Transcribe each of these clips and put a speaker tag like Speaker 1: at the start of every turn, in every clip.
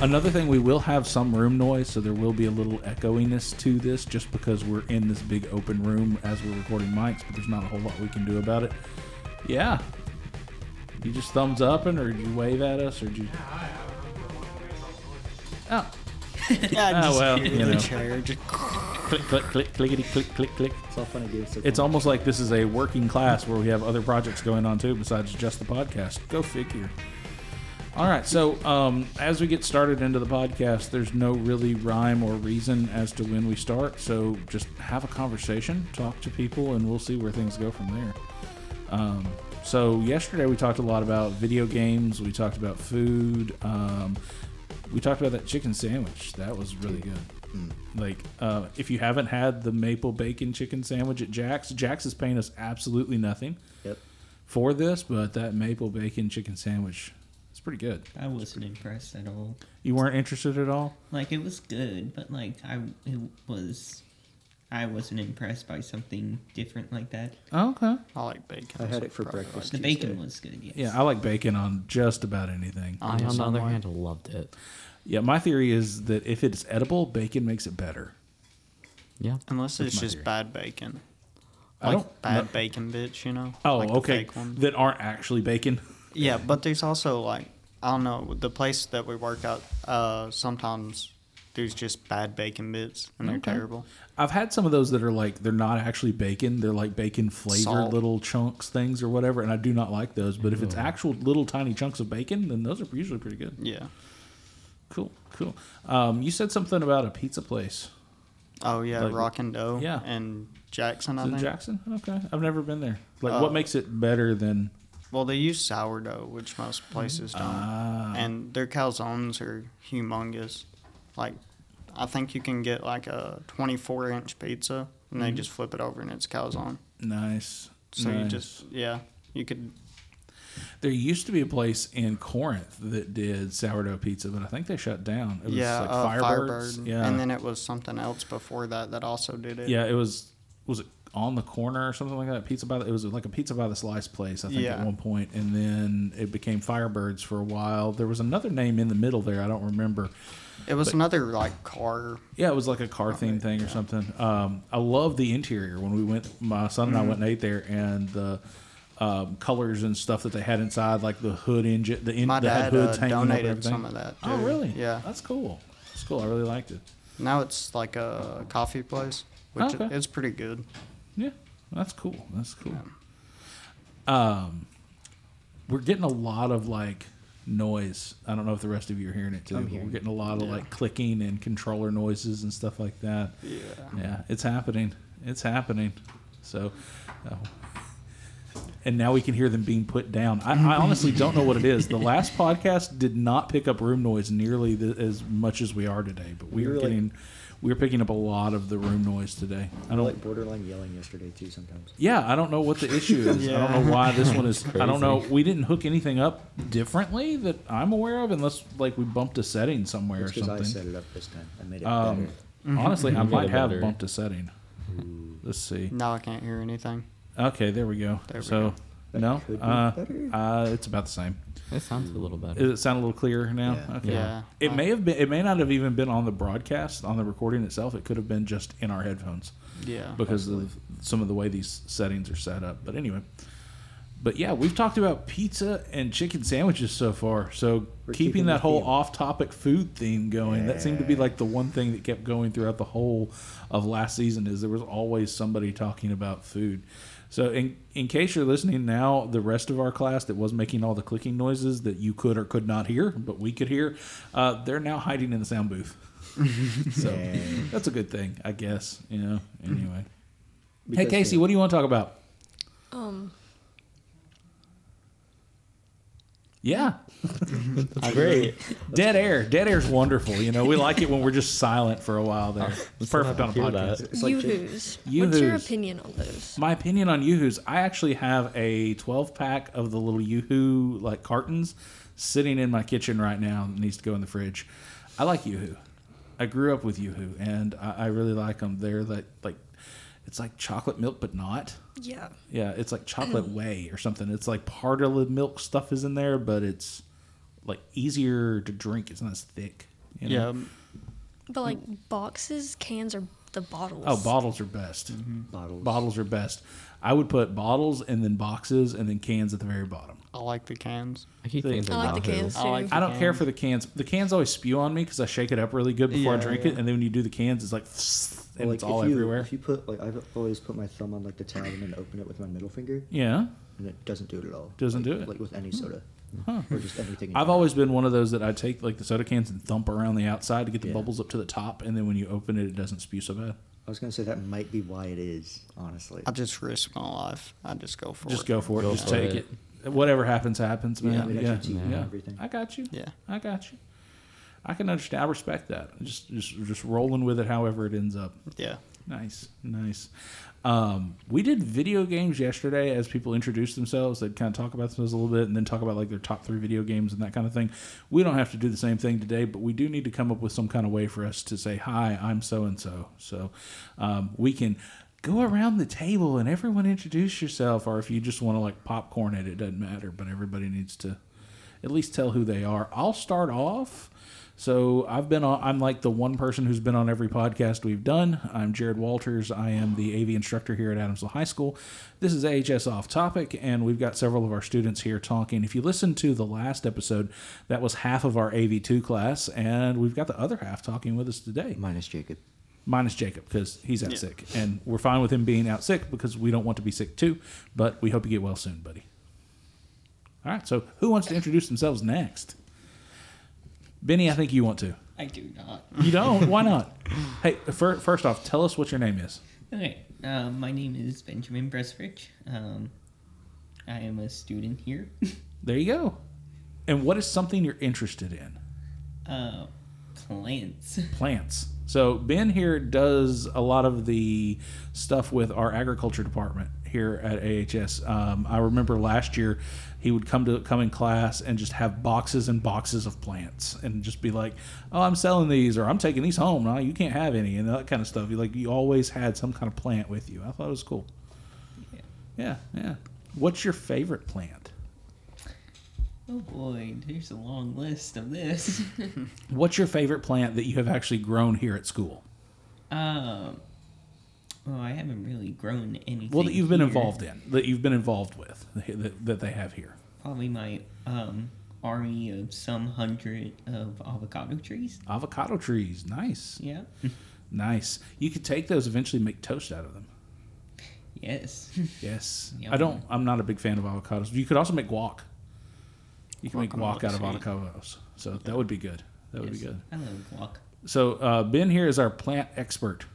Speaker 1: Another thing, we will have some room noise, so there will be a little echoiness to this just because we're in this big open room as we're recording mics, but there's not a whole lot we can do about it. Yeah. You just thumbs up and or did you wave at us or did you Oh.
Speaker 2: Yeah,
Speaker 1: Ah,
Speaker 2: just
Speaker 1: well,
Speaker 2: hit
Speaker 1: you
Speaker 2: the
Speaker 1: know.
Speaker 2: chair. Just,
Speaker 1: Click click click clickety click click click.
Speaker 3: It's all funny games. so
Speaker 1: It's
Speaker 3: fun.
Speaker 1: almost like this is a working class where we have other projects going on too besides just the podcast. Go figure. All right, so um, as we get started into the podcast, there's no really rhyme or reason as to when we start. So just have a conversation, talk to people, and we'll see where things go from there. Um, so yesterday we talked a lot about video games. We talked about food. Um, we talked about that chicken sandwich. That was really good. Like, uh, if you haven't had the maple bacon chicken sandwich at Jack's, Jack's is paying us absolutely nothing
Speaker 3: Yep.
Speaker 1: for this, but that maple bacon chicken sandwich is pretty good.
Speaker 2: I wasn't impressed at all.
Speaker 1: You weren't interested at all?
Speaker 2: Like it was good, but like I it was I wasn't impressed by something different like that.
Speaker 1: Okay.
Speaker 4: I like bacon.
Speaker 3: I had
Speaker 4: That's
Speaker 3: it for
Speaker 4: what I like.
Speaker 3: breakfast.
Speaker 2: The
Speaker 3: Tuesday.
Speaker 2: bacon was good, yes.
Speaker 1: Yeah, I like bacon on just about anything.
Speaker 4: I, on the other
Speaker 5: Somewhere.
Speaker 4: hand, loved it.
Speaker 1: Yeah, my theory is that if it's edible, bacon makes it better.
Speaker 5: Yeah.
Speaker 4: Unless it's
Speaker 1: my
Speaker 4: just
Speaker 1: theory.
Speaker 4: bad bacon.
Speaker 1: I
Speaker 4: Like
Speaker 1: don't-
Speaker 4: bad
Speaker 1: no-
Speaker 4: bacon, bitch, you know?
Speaker 1: Oh,
Speaker 4: Like the
Speaker 1: okay.
Speaker 4: fake one.
Speaker 1: That aren't actually bacon.
Speaker 4: Yeah, but there's also like I don't know the place that we work at. Uh, sometimes there's just bad bacon bits, and they're
Speaker 1: Okay.
Speaker 4: terrible.
Speaker 1: I've had some of those that are like they're not actually bacon; they're like bacon flavored
Speaker 4: Salt. Mm.
Speaker 1: little chunks things or whatever, and I do not like those. But if it's actual little tiny chunks of bacon, then those are usually pretty good.
Speaker 4: Yeah.
Speaker 1: Cool, cool. Um, you said something about a pizza place.
Speaker 4: Oh yeah,
Speaker 1: Like-
Speaker 4: Rock and Dough.
Speaker 1: yeah.
Speaker 4: And Jackson, I
Speaker 1: Is it
Speaker 4: think.
Speaker 1: Jackson? Okay, I've never been there. Like,
Speaker 4: Uh,
Speaker 1: what makes it better than?
Speaker 4: Well, they use sourdough, which most places don't,
Speaker 1: Ah.
Speaker 4: and their calzones are humongous. Like, I think you can get like a 24 inch pizza, and they just flip it over, and it's calzone.
Speaker 1: Nice.
Speaker 4: So you
Speaker 1: Mm-hmm. nice.
Speaker 4: just yeah, you could
Speaker 1: There used to be a place in Corinth that did sourdough pizza, but I think they shut down. It was
Speaker 4: yeah
Speaker 1: like
Speaker 4: uh,
Speaker 1: Firebirds.
Speaker 4: Firebird,
Speaker 1: Yeah.
Speaker 4: and then it was something else before that that also did it.
Speaker 1: yeah, it was was it on the corner or something like that? Pizza by the, it was like a pizza by the slice place, I think at
Speaker 4: Yeah.
Speaker 1: one point, and then it became Firebirds for a while. There was another name in the middle there, I don't remember.
Speaker 4: It was another like car.
Speaker 1: Yeah, it was like a car theme thing or something. Um, I love the interior when we went. My son and
Speaker 4: Mm-hmm.
Speaker 1: I went and ate there, and the um, colors and stuff that they had inside, like the hood engine, the, in,
Speaker 4: My
Speaker 1: the
Speaker 4: dad uh,
Speaker 1: hoods hanging up and
Speaker 4: donated
Speaker 1: everything.
Speaker 4: some of that.
Speaker 1: Oh,
Speaker 4: too.
Speaker 1: really?
Speaker 4: Yeah.
Speaker 1: that's cool. That's cool. I really liked it.
Speaker 4: Now it's like a coffee place, which
Speaker 1: Okay.
Speaker 4: is pretty good.
Speaker 1: Yeah, that's cool. That's cool. Um, we're getting a lot of like noise. I don't know if the rest of you are hearing it too. but we're getting a lot of like clicking and controller noises and stuff like that. Yeah, yeah, it's happening. It's happening. So. Uh, and now we can hear them being put down. I, I honestly don't know what it is. The last podcast did not pick up room noise nearly the, as much as we are today, but we,
Speaker 3: We
Speaker 1: are
Speaker 3: were, like-
Speaker 1: getting, we are picking up a lot of the room noise today. I
Speaker 3: I
Speaker 1: don't
Speaker 3: like borderline yelling yesterday too. Sometimes.
Speaker 1: yeah, I don't know what the issue is. I don't know why this one is. I don't know.
Speaker 5: Crazy.
Speaker 1: We didn't hook anything up differently that I'm aware of, unless like we bumped a setting somewhere
Speaker 3: It's
Speaker 1: or
Speaker 3: because I
Speaker 1: something.
Speaker 3: set it up this time. I made it
Speaker 1: Um,
Speaker 3: better.
Speaker 1: Honestly, I
Speaker 5: Mm-hmm. You made
Speaker 1: might
Speaker 5: it
Speaker 1: have
Speaker 5: better.
Speaker 1: bumped a setting. Let's see.
Speaker 4: Now I can't hear anything.
Speaker 1: Okay, there we go.
Speaker 4: There we
Speaker 1: so
Speaker 3: That
Speaker 1: no,
Speaker 3: could be
Speaker 1: uh,
Speaker 3: better.
Speaker 1: uh, it's about the same.
Speaker 5: It sounds a little better.
Speaker 1: Does it sound a little clearer now?
Speaker 3: Yeah. Uh,
Speaker 1: Okay.
Speaker 4: Yeah.
Speaker 1: It may have been. It may not have even been on the broadcast on the recording itself. It could have been just in our headphones.
Speaker 4: Yeah.
Speaker 1: because of some of the way these settings are set up. But anyway, but yeah, we've talked about pizza and chicken sandwiches so far. So keeping,
Speaker 3: We're keeping
Speaker 1: that
Speaker 3: the
Speaker 1: whole
Speaker 3: theme.
Speaker 1: off-topic food theme going, that seemed to be like the one thing that kept going throughout the whole of last season. Is there was always somebody talking about food. So in in case you're listening now, the rest of our class that was making all the clicking noises that you could or could not hear, but we could hear, uh, they're now hiding in the sound booth. so that's a good thing, I guess. You know. Anyway. Hey
Speaker 3: Because
Speaker 1: Casey,
Speaker 3: the-
Speaker 1: what do you want to talk about?
Speaker 5: Um,
Speaker 1: Yeah,
Speaker 5: that's
Speaker 3: great.
Speaker 1: dead air. Dead air's wonderful. You know, we like it when we're just silent for a while. There, it's perfect on a
Speaker 5: hear
Speaker 1: podcast.
Speaker 5: that.
Speaker 3: It's like chicken-
Speaker 5: Yoo-hoos. What's your
Speaker 1: Yoo-hoos.
Speaker 5: opinion on those?
Speaker 1: My opinion on Yoo-Hoos, I actually have a 12 pack of the little Yoo-Hoo like cartons sitting in my kitchen right now that needs to go in the fridge. I like Yoo-Hoo. I grew up with Yoo-Hoo, and I, I really like them. They're like like it's like chocolate milk, but not.
Speaker 5: Yeah.
Speaker 1: Yeah, it's like chocolate whey or something. It's like part of the milk stuff is in there, but it's like easier to drink. It's not as thick. You know?
Speaker 4: Yeah, um,
Speaker 5: But like boxes, cans, or the bottles.
Speaker 1: Oh, bottles are best.
Speaker 3: Bottles.
Speaker 1: Bottles are best. I would put bottles and then boxes and then cans at the very bottom.
Speaker 4: I like the cans.
Speaker 6: I keep
Speaker 1: I
Speaker 6: thinking
Speaker 5: I like the
Speaker 6: Wahoo.
Speaker 5: cans too.
Speaker 4: I like
Speaker 1: I don't care for the cans. The cans always spew on me because I shake it up really good before I
Speaker 4: Yeah,
Speaker 1: drink
Speaker 4: yeah.
Speaker 1: it, and then when you do the cans, it's like, and
Speaker 3: Like,
Speaker 1: it's all
Speaker 3: if you,
Speaker 1: everywhere.
Speaker 3: If you put like I've always put my thumb on like the tab and then open it with my middle finger,
Speaker 1: yeah.
Speaker 3: and it doesn't do it at all.
Speaker 1: Doesn't
Speaker 3: Like-
Speaker 1: do it. Hmm.
Speaker 3: like with any soda
Speaker 1: Huh.
Speaker 3: or just anything. in
Speaker 1: I've
Speaker 3: general.
Speaker 1: always been one of those that I take like the soda cans and thump around the outside to get the
Speaker 3: Yeah.
Speaker 1: bubbles up to the top, and then when you open it, it doesn't spew so bad.
Speaker 3: I was gonna say that might be why it is honestly.
Speaker 4: I just risk my life. I just go for
Speaker 1: Just
Speaker 4: it.
Speaker 1: go for it.
Speaker 6: Go
Speaker 1: Just
Speaker 6: for
Speaker 1: take it.
Speaker 6: it.
Speaker 1: Whatever happens, happens,
Speaker 3: Yeah,
Speaker 1: man.
Speaker 3: we
Speaker 1: Yeah,
Speaker 3: got
Speaker 1: yeah.
Speaker 3: your team and everything.
Speaker 1: I got you.
Speaker 4: Yeah.
Speaker 1: I got you. I can understand. I respect that. Just, just, just rolling with it, however it ends up.
Speaker 4: Yeah.
Speaker 1: Nice, nice. Um, we did video games yesterday as people introduced themselves. They'd kind of talk about themselves a little bit and then talk about like their top three video games and that kind of thing. We don't have to do the same thing today, but we do need to come up with some kind of way for us to say, Hi, I'm so and so. So um, we can go around the table and everyone introduce yourself, or if you just want to like popcorn it, it doesn't matter, but everybody needs to at least tell who they are. I'll start off. So I've been on. I'm like the one person who's been on every podcast we've done. I'm Jared Walters. I am the AV instructor here at Adamsville High School. This is AHS Off Topic, and we've got several of our students here talking. If you listen to the last episode, that was half of our AV2 class, and we've got the other half talking with us today,
Speaker 3: minus Jacob.
Speaker 1: minus Jacob because he's out
Speaker 4: Yeah.
Speaker 1: sick, and we're fine with him being out sick because we don't want to be sick too. But we hope you get well soon, buddy. All right. So who wants to introduce themselves next? Benny, I think you want to.
Speaker 2: I do not.
Speaker 1: You don't? Why not? Hey, fir- first off, tell us what your name is.
Speaker 2: Okay, uh, my name is Benjamin Bresrich. Um, I am a student here.
Speaker 1: There you go. And what is something you're interested in?
Speaker 2: uh, plants.
Speaker 1: Plants. So Ben here does a lot of the stuff with our agriculture department here at AHS. Um, I remember last year he would come to come in class and just have boxes and boxes of plants and just be like, "Oh, I'm selling these," or "I'm taking these home." No, you can't have any, and that kind of stuff. You like you always had some kind of plant with you. I thought it was cool.
Speaker 2: Yeah.
Speaker 1: Yeah, yeah. What's your favorite plant?
Speaker 2: Oh boy, there's a long list of this.
Speaker 1: What's your favorite plant that you have actually grown here at school?
Speaker 2: um, well, Oh, I haven't really grown anything.
Speaker 1: Well, that you've been
Speaker 2: here.
Speaker 1: involved in, that you've been involved with, that, that they have here.
Speaker 2: Probably my um, army of some hundred of avocado trees.
Speaker 1: Avocado trees, nice,
Speaker 2: Yeah.
Speaker 1: nice. You could take those eventually make toast out of them.
Speaker 2: yes.
Speaker 1: Yes,
Speaker 2: Yum.
Speaker 1: I don't. I'm not a big fan of avocados. You could also make guac. You can make guac
Speaker 4: Guacamole,
Speaker 1: out of
Speaker 4: sweet.
Speaker 1: avocados, so that would be good. That would be
Speaker 2: Yes.
Speaker 1: good.
Speaker 2: I love guac.
Speaker 1: So uh, Ben here is our plant expert.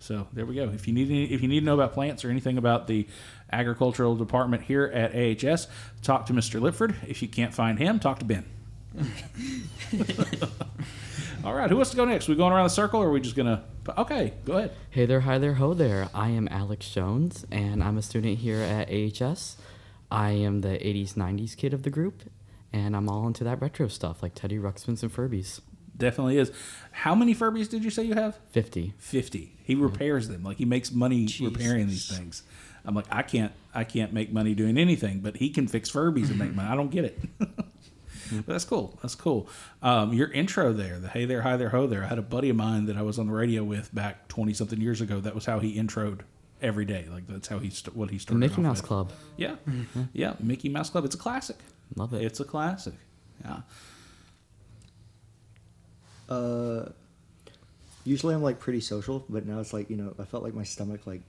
Speaker 1: So there we go. If you need any, if you need to know about plants or anything about the agricultural department here at AHS, talk to Mr. Lipford. If you can't find him, talk to Ben. All right, who wants to go next? We going around the circle, or are we just gonna? Okay, go ahead.
Speaker 6: Hey there, hi there, ho there. I am Alex Jones, and I'm a student here at AHS. I am the 80s, 90s kid of the group, and I'm all into that retro stuff like Teddy Ruxpins and Furbies.
Speaker 1: Definitely is. How many Furbies did you say you have?
Speaker 6: 50.
Speaker 1: 50 he
Speaker 6: Mm-hmm.
Speaker 1: repairs them like he makes money repairing these
Speaker 2: Jesus.
Speaker 1: things i'm like i can't i can't make money doing anything but he can fix furbies and make money i don't get it
Speaker 6: Mm-hmm.
Speaker 1: but that's cool that's cool um, your intro there the hey there hi there ho there i had a buddy of mine that i was on the radio with back 20 something years ago that was how he introed every day like that's how he st- what he
Speaker 6: The
Speaker 1: started
Speaker 6: Mickey
Speaker 1: off
Speaker 6: Mouse
Speaker 1: with.
Speaker 6: Club. Mm-hmm.
Speaker 1: yeah yeah mickey mouse club it's a classic
Speaker 6: Love it.
Speaker 1: it's a classic yeah
Speaker 3: Uh, usually I'm like pretty social, but now it's like you know I felt like my stomach like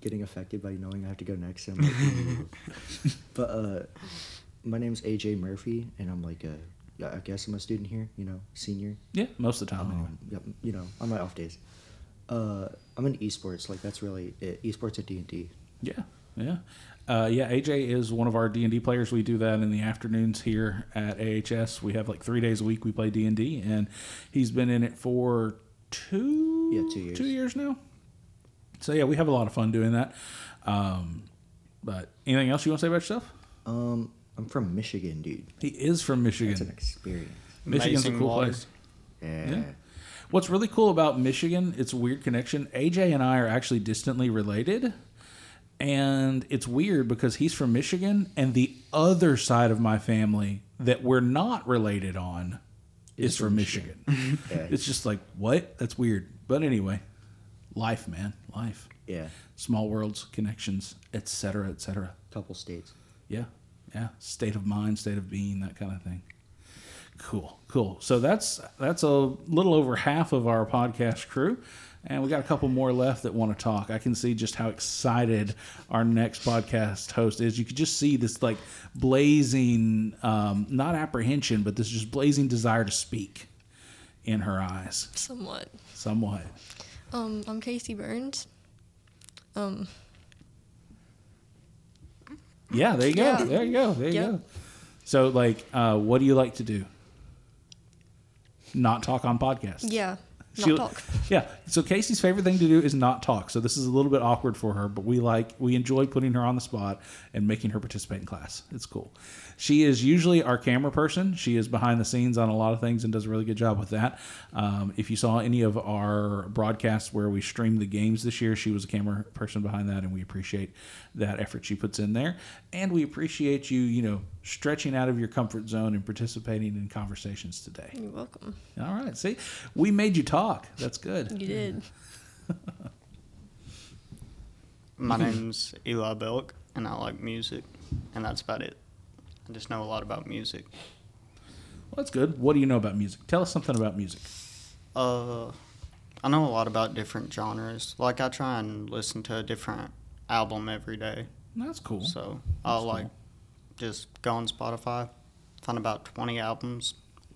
Speaker 3: getting affected by knowing I have to go next. And I'm like, "Ooh." but uh, my name's AJ Murphy, and I'm like a yeah, I guess I'm a student here. You know, senior.
Speaker 1: yeah most of the
Speaker 6: Oh.
Speaker 1: time anyway.
Speaker 3: Um, yep, you know, on my off days. Uh, I'm in esports. Like that's really it. esports at D and D.
Speaker 1: Yeah, yeah, uh, yeah. AJ is one of our D and D players. We do that in the afternoons here at AHS. We have like three days a week. We play D and D, and he's been in it for two
Speaker 3: Yeah, two years.
Speaker 1: two years now. So yeah, we have a lot of fun doing that. Um, but anything else you want to say about yourself?
Speaker 3: Um, I'm from Michigan, dude.
Speaker 1: He is from
Speaker 3: It's an
Speaker 1: Michigan.
Speaker 3: experience.
Speaker 1: Michigan's a
Speaker 4: Amazing
Speaker 1: cool
Speaker 4: water.
Speaker 1: place.
Speaker 3: Yeah.
Speaker 1: Yeah. What's really cool about Michigan, it's a weird connection. AJ and I are actually distantly related. And it's weird because he's from Michigan and the other side of my family that we're not related on is from Michigan.
Speaker 3: Yeah.
Speaker 1: It's just like, what? That's weird. But anyway, life, man, life.
Speaker 3: yeah.
Speaker 1: Small worlds, connections, et cetera, et cetera.
Speaker 3: Couple states.
Speaker 1: Yeah, yeah. State of mind, state of being, that kind of thing. Cool, cool. So that's that's a little over half of our podcast crew, and we got a couple more left that want to talk. I can see just how excited our next podcast host is. You could just see this like blazing, um, not apprehension, but this just blazing desire to speak in her eyes,
Speaker 5: somewhat.
Speaker 1: somewhat.
Speaker 5: Um, I'm Casey Burns. Um,
Speaker 1: Yeah, there you go,
Speaker 5: Yeah.
Speaker 1: there you go, there you
Speaker 5: Yep.
Speaker 1: go. So, like, uh, what do you like to do? Not talk on podcasts.
Speaker 5: yeah, not
Speaker 1: She-
Speaker 5: talk.
Speaker 1: Yeah. So Casey's favorite thing to do is not talk. So this is a little bit awkward for her, but we like we enjoy putting her on the spot and making her participate in class. It's cool. She is usually our camera person. She is behind the scenes on a lot of things and does a really good job with that. Um, if you saw any of our broadcasts where we streamed the games this year, she was a camera person behind that, and we appreciate that effort she puts in there. And we appreciate you, you know, stretching out of your comfort zone and participating in conversations today.
Speaker 5: You're welcome.
Speaker 1: All right. See, we made you talk. That's good.
Speaker 5: You did.
Speaker 4: My name's Eli Belk, and I like music, and that's about it. I just know a lot about music.
Speaker 1: Well, that's good. What do you know about music? Tell us something about music.
Speaker 4: Uh, I know a lot about different genres. Like I try and listen to a different album every day,
Speaker 1: That's cool.
Speaker 4: so I'll
Speaker 1: That's
Speaker 4: like just go on Spotify, find about twenty albums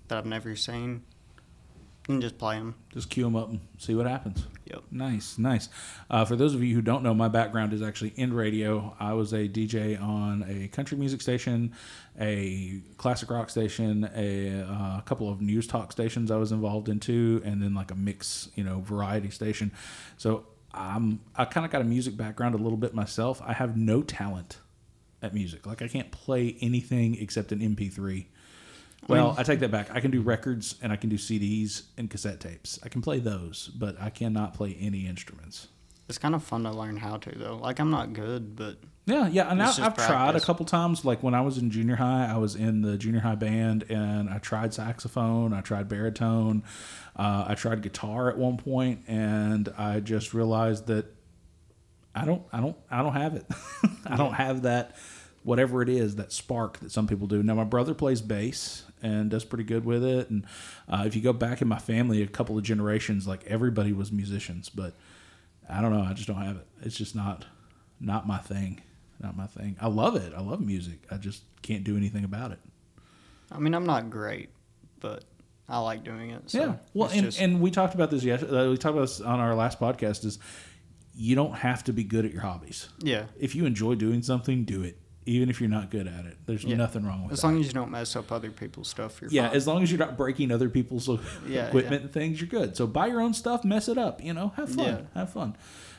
Speaker 4: that I've never seen, and just play them.
Speaker 1: Just cue them up and see what happens.
Speaker 4: Yep.
Speaker 1: Nice, nice. Uh, for those of you who don't know, my background is actually in radio. I was a DJ on a country music station, a classic rock station, a uh, couple of news talk stations I was involved in too, and then like a mix, you know, variety station. So I'm I kind of got a music background a little bit myself. I have no talent at music. Like I can't play anything except an MP3. Well, I take that back. I can do records and I can do CDs and cassette tapes. I can play those, but I cannot play any instruments.
Speaker 4: It's kind of fun to learn how to though. Like I'm not good, but
Speaker 1: Yeah, yeah, and I,
Speaker 4: It's just
Speaker 1: I've tried a
Speaker 4: practice.
Speaker 1: couple times. Like when I was in junior high, I was in the junior high band, and I tried saxophone, I tried baritone, uh, I tried guitar at one point, and I just realized that I don't, I don't, I don't have it. I don't have that, whatever it is, that spark that some people do. Now my brother plays bass and does pretty good with it, and uh, if you go back in my family a couple of generations, like everybody was musicians, but I don't know, I just don't have it. It's just not, not my thing, not my thing. I love it. I love music. I just can't do anything about it.
Speaker 4: I mean I'm not great, but I like doing it. So
Speaker 1: yeah. Well,
Speaker 4: it's
Speaker 1: and,
Speaker 4: just-
Speaker 1: and we talked about this yesterday. We talked about this on our last podcast. Is you don't have to be good at your hobbies.
Speaker 4: yeah.
Speaker 1: If you enjoy doing something, do it. Even if you're not good at it, there's
Speaker 4: Yeah.
Speaker 1: nothing wrong with
Speaker 4: As
Speaker 1: that.
Speaker 4: long as you don't mess up other people's stuff, you're
Speaker 1: yeah,
Speaker 4: fine.
Speaker 1: as long as you're not breaking other people's
Speaker 4: Yeah,
Speaker 1: equipment and things, you're good. So buy your own stuff, mess it up, you know, have fun,
Speaker 4: Yeah.
Speaker 1: have fun.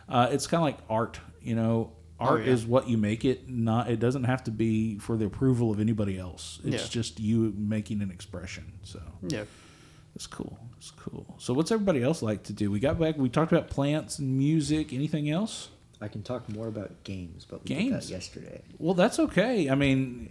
Speaker 1: Uh, it's kind of like art, you know.
Speaker 4: Oh,
Speaker 1: Art
Speaker 4: yeah.
Speaker 1: is what you make it. Not it doesn't have to be for the approval of anybody else. It's
Speaker 4: Yeah.
Speaker 1: just you making an expression. So
Speaker 4: yeah.
Speaker 1: it's cool. It's cool. So what's everybody else like to do? We got back. We talked about plants and music. Anything else?
Speaker 3: I can talk more about games, but we did that
Speaker 1: Games?
Speaker 3: yesterday.
Speaker 1: Well, that's okay. I mean,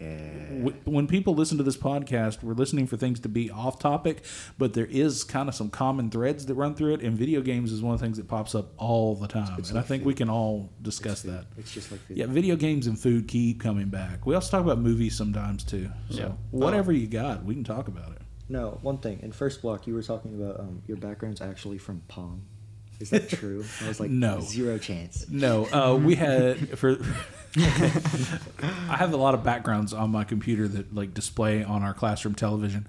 Speaker 1: w- when people listen to this podcast, we're listening for things to be off topic, but there is kind of some common threads that run through it, and video games is one of the things that pops up all the time. and I
Speaker 3: like
Speaker 1: think
Speaker 3: food.
Speaker 1: we can all discuss
Speaker 3: It's food.
Speaker 1: that.
Speaker 3: It's just like food.
Speaker 1: Yeah, video games and food keep coming back. We also talk about movies sometimes, too. So,
Speaker 4: Yeah.
Speaker 3: Oh.
Speaker 1: whatever you got, we can talk about it.
Speaker 3: No, one thing. In first block, you were talking about um, your background's actually from Pong. Is that true? I was like,
Speaker 1: No.
Speaker 3: zero chance.
Speaker 1: No, uh, we had for. I have a lot of backgrounds on my computer that like display on our classroom television,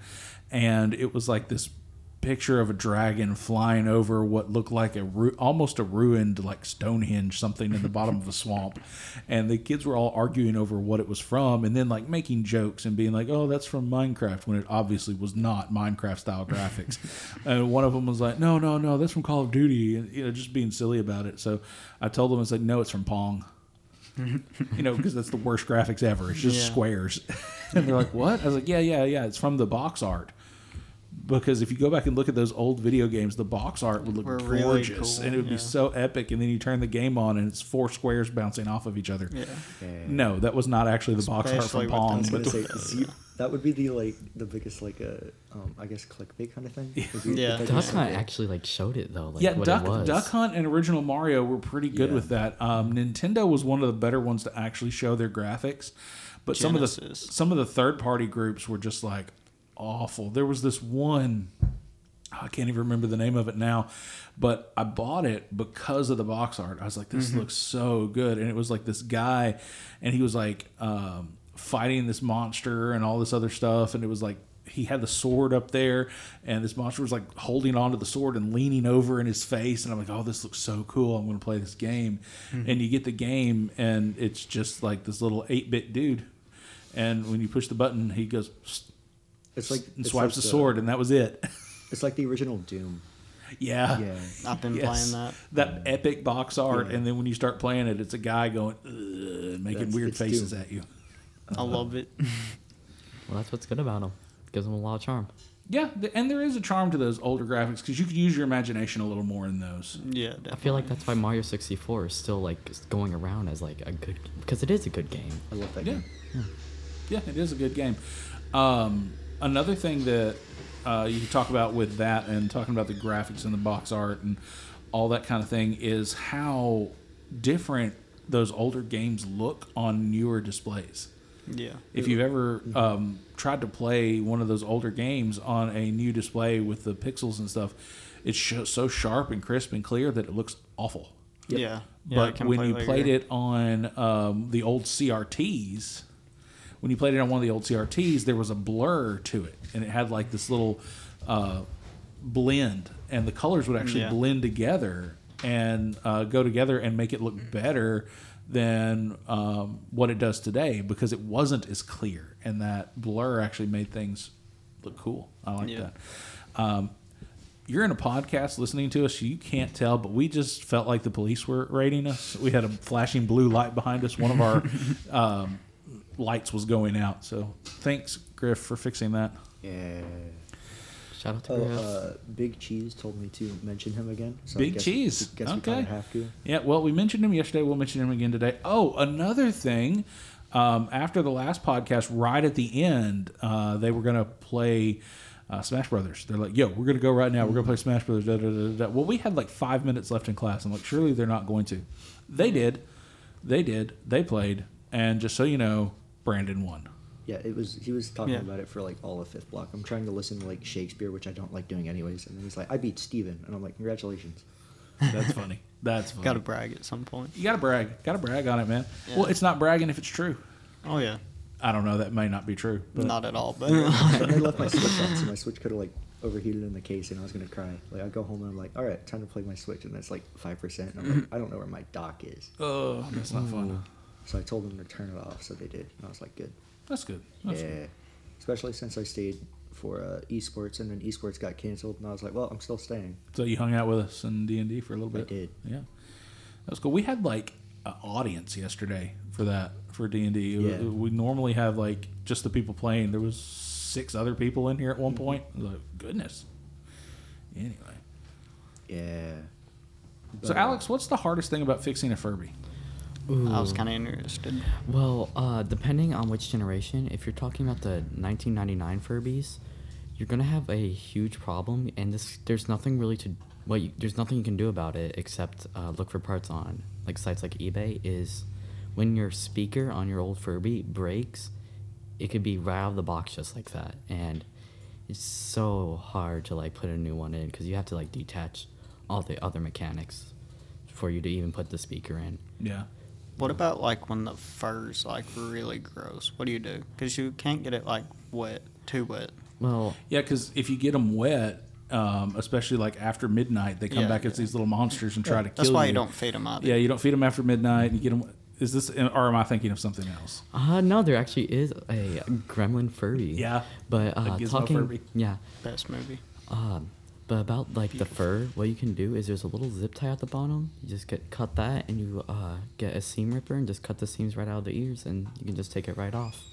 Speaker 1: and it was like this picture of a dragon flying over what looked like a ru- almost a ruined like Stonehenge something in the bottom of a swamp, and the kids were all arguing over what it was from, and then like making jokes and being like, "Oh, that's from Minecraft," when it obviously was not Minecraft style graphics. and one of them was like, "No, no, no, that's from Call of Duty," and you know, just being silly about it. So I told them, "I was like, no, it's from Pong." you know, because that's the worst graphics ever. It's just
Speaker 4: Yeah.
Speaker 1: squares. and they're like, what? I was like, yeah, yeah, yeah. It's from the box art. Because if you go back and look at those old video games, the box art would look
Speaker 4: Were really
Speaker 1: gorgeous
Speaker 4: cool,
Speaker 1: and it would
Speaker 4: yeah.
Speaker 1: be so epic. And then you turn the game on and it's four squares bouncing off of each other.
Speaker 4: Yeah.
Speaker 3: Yeah.
Speaker 1: No, that was not actually the box art
Speaker 4: Especially
Speaker 1: from
Speaker 4: with
Speaker 1: Pong.
Speaker 3: I was
Speaker 4: the-
Speaker 1: But
Speaker 3: gonna say ze- That would be the like the biggest like uh, um, I guess clickbait kind of thing. Would be the
Speaker 4: Yeah.
Speaker 3: Peggy
Speaker 6: Duck
Speaker 3: Sue
Speaker 6: Hunt
Speaker 3: bit.
Speaker 6: actually like showed it though, like
Speaker 1: yeah,
Speaker 6: what it
Speaker 1: Duck,
Speaker 6: was.
Speaker 1: Duck Hunt and original Mario were pretty good
Speaker 3: Yeah.
Speaker 1: with that. Um, Nintendo was one of the better ones to actually show their graphics, but some of the
Speaker 4: Genesis.
Speaker 1: some of the third party groups were just like awful. There was this one oh, I can't even remember the name of it now, but I bought it because of the box art. I was like, this looks so good, and it was like this guy, and he was like um, fighting this monster and all this other stuff, and it was like. He had the sword up there, and this monster was like holding onto the sword and leaning over in his face. And I'm like, "Oh, this looks so cool! I'm going to play this game." And you get the game, and it's just like this little eight-bit dude. And when you push the button, he goes
Speaker 3: It's like
Speaker 1: and
Speaker 3: it's
Speaker 1: swipes
Speaker 3: like
Speaker 1: the sword, and that was it.
Speaker 3: It's like the original Doom. Yeah.
Speaker 4: I've been
Speaker 1: Yes.
Speaker 4: playing that.
Speaker 1: That epic box art, and then when you start playing it, it's a guy going, "Ugh," making
Speaker 3: That's-
Speaker 1: weird
Speaker 3: it's
Speaker 1: faces
Speaker 3: Doom.
Speaker 1: at you. Uh-huh.
Speaker 4: I love it.
Speaker 6: Well, that's what's good about them. Gives them a lot of charm.
Speaker 1: Yeah, th- and there is a charm to those older graphics because you could use your imagination a little more in those.
Speaker 4: yeah,
Speaker 6: I
Speaker 4: definitely.
Speaker 6: feel like that's why Mario 64 is still like s- going around as like a good because it is a good game.
Speaker 3: I love that
Speaker 1: Yeah,
Speaker 3: game.
Speaker 1: yeah, it is a good game. Um, another thing that uh, you can talk about with that, and talking about the graphics and the box art and all that kind of thing, is how different those older games look on newer displays.
Speaker 4: Yeah.
Speaker 1: If you've ever um, tried to play one of those older games on a new display with the pixels and stuff, it's sh- so sharp and crisp and clear that it looks awful.
Speaker 4: Yeah. yeah. I
Speaker 1: but when you
Speaker 4: completely
Speaker 1: played
Speaker 4: agree.
Speaker 1: it on um, the old CRTs, when you played it on one of the old CRTs, there was a blur to it, and it had like this little uh, blend, and the colors would actually
Speaker 4: Yeah.
Speaker 1: blend together and uh, go together and make it look better than um, what it does today because it wasn't as clear, and that blur actually made things look cool. I like
Speaker 4: Yeah.
Speaker 1: that. Um, you're in a podcast listening to us. You can't tell, but we just felt like the police were raiding us. We had a flashing blue light behind us. One of our um, lights was going out. So thanks, Griff, for fixing that.
Speaker 3: Yeah.
Speaker 6: Shout out to
Speaker 3: Oh,
Speaker 6: Griff.
Speaker 3: uh, Big Cheese told me to mention him again. So I
Speaker 1: Big
Speaker 3: guess-
Speaker 1: Cheese.
Speaker 3: Guess we
Speaker 1: Okay.
Speaker 3: kind of have to.
Speaker 1: Yeah, well, we mentioned him yesterday. We'll mention him again today. Oh, another thing. Um, after the last podcast, right at the end, uh, they were going to play uh, Smash Brothers. They're like, yo, we're going to go right now. We're going to
Speaker 3: Mm-hmm.
Speaker 1: play Smash Brothers. Da, da, da, da, da. Well, we had like five minutes left in class. I'm like, surely they're not going to.
Speaker 3: Mm-hmm.
Speaker 1: They did. They did. They played. And just so you know, Brandon won.
Speaker 3: Yeah, it was. He was talking
Speaker 4: Yeah.
Speaker 3: about it for like all of fifth block. I'm trying to listen to like Shakespeare, which I don't like doing anyways. And then he's like, "I beat Steven. and I'm like, "Congratulations."
Speaker 1: That's funny. That's funny.
Speaker 4: Gotta brag at some point.
Speaker 1: you got to brag. Got to brag on it, man. Well, it's not bragging if it's true.
Speaker 4: Oh yeah.
Speaker 1: I don't know. That may not be true. But
Speaker 4: Not at all, but
Speaker 3: And I left my Switch on, so my Switch could have like overheated in the case, and I was gonna cry. Like I go home and I'm like, "All right, time to play my Switch," and it's like five percent. I'm like, "I don't know where my dock is."
Speaker 1: Oh, that's not
Speaker 3: Mm.
Speaker 1: fun.
Speaker 3: So I told them to turn it off, so they did. And I was like, "Good."
Speaker 1: That's good. That's
Speaker 3: yeah. Especially since I stayed for uh, esports, and then esports got canceled, and I was like, "Well, I'm still staying."
Speaker 1: So you hung out with us in D and D for a little
Speaker 3: I
Speaker 1: bit.
Speaker 3: did.
Speaker 1: Yeah, that was cool. We had like an audience yesterday for that for D and D.
Speaker 3: Yeah.
Speaker 1: We normally have like just the people playing. There was six other people in here at
Speaker 3: Mm-hmm.
Speaker 1: one point. I was like, goodness. Anyway,
Speaker 3: Yeah.
Speaker 1: so
Speaker 3: But, uh,
Speaker 1: Alex, what's the hardest thing about fixing a Furby?
Speaker 4: I was kind of interested.
Speaker 6: Well, uh, depending on which generation, if you're talking about the 1999 Furbies, you're gonna have a huge problem, and this there's nothing really to well, you, there's nothing you can do about it except uh, look for parts on like sites like eBay. Is when your speaker on your old Furby breaks, it could be right out of the box just like that, and it's so hard to like put a new one in because you have to like detach all the other mechanics for you to even put the speaker in.
Speaker 1: Yeah.
Speaker 4: What about like when the fur's like really gross? What do you do? Because you can't get it like wet, too wet.
Speaker 6: Well,
Speaker 1: Yeah, because if you get them wet, um, especially like after midnight, they come
Speaker 4: Yeah,
Speaker 1: back
Speaker 4: yeah.
Speaker 1: as these little monsters and try to kill
Speaker 4: That's why you
Speaker 1: you
Speaker 4: don't feed them either.
Speaker 1: Yeah, you don't feed them after midnight. You get them. Is this or am I thinking of something else?
Speaker 6: Uh, no, there actually is a gremlin furry.
Speaker 1: Yeah,
Speaker 6: But uh,
Speaker 1: gizmo
Speaker 6: talking,
Speaker 1: furry.
Speaker 6: yeah.
Speaker 4: Best movie.
Speaker 6: Um, but about like the fur, what you can do is there's a little zip tie at the bottom. You just get cut that, and you uh, get a seam ripper and just cut the seams right out of the ears, and you can just take it right off.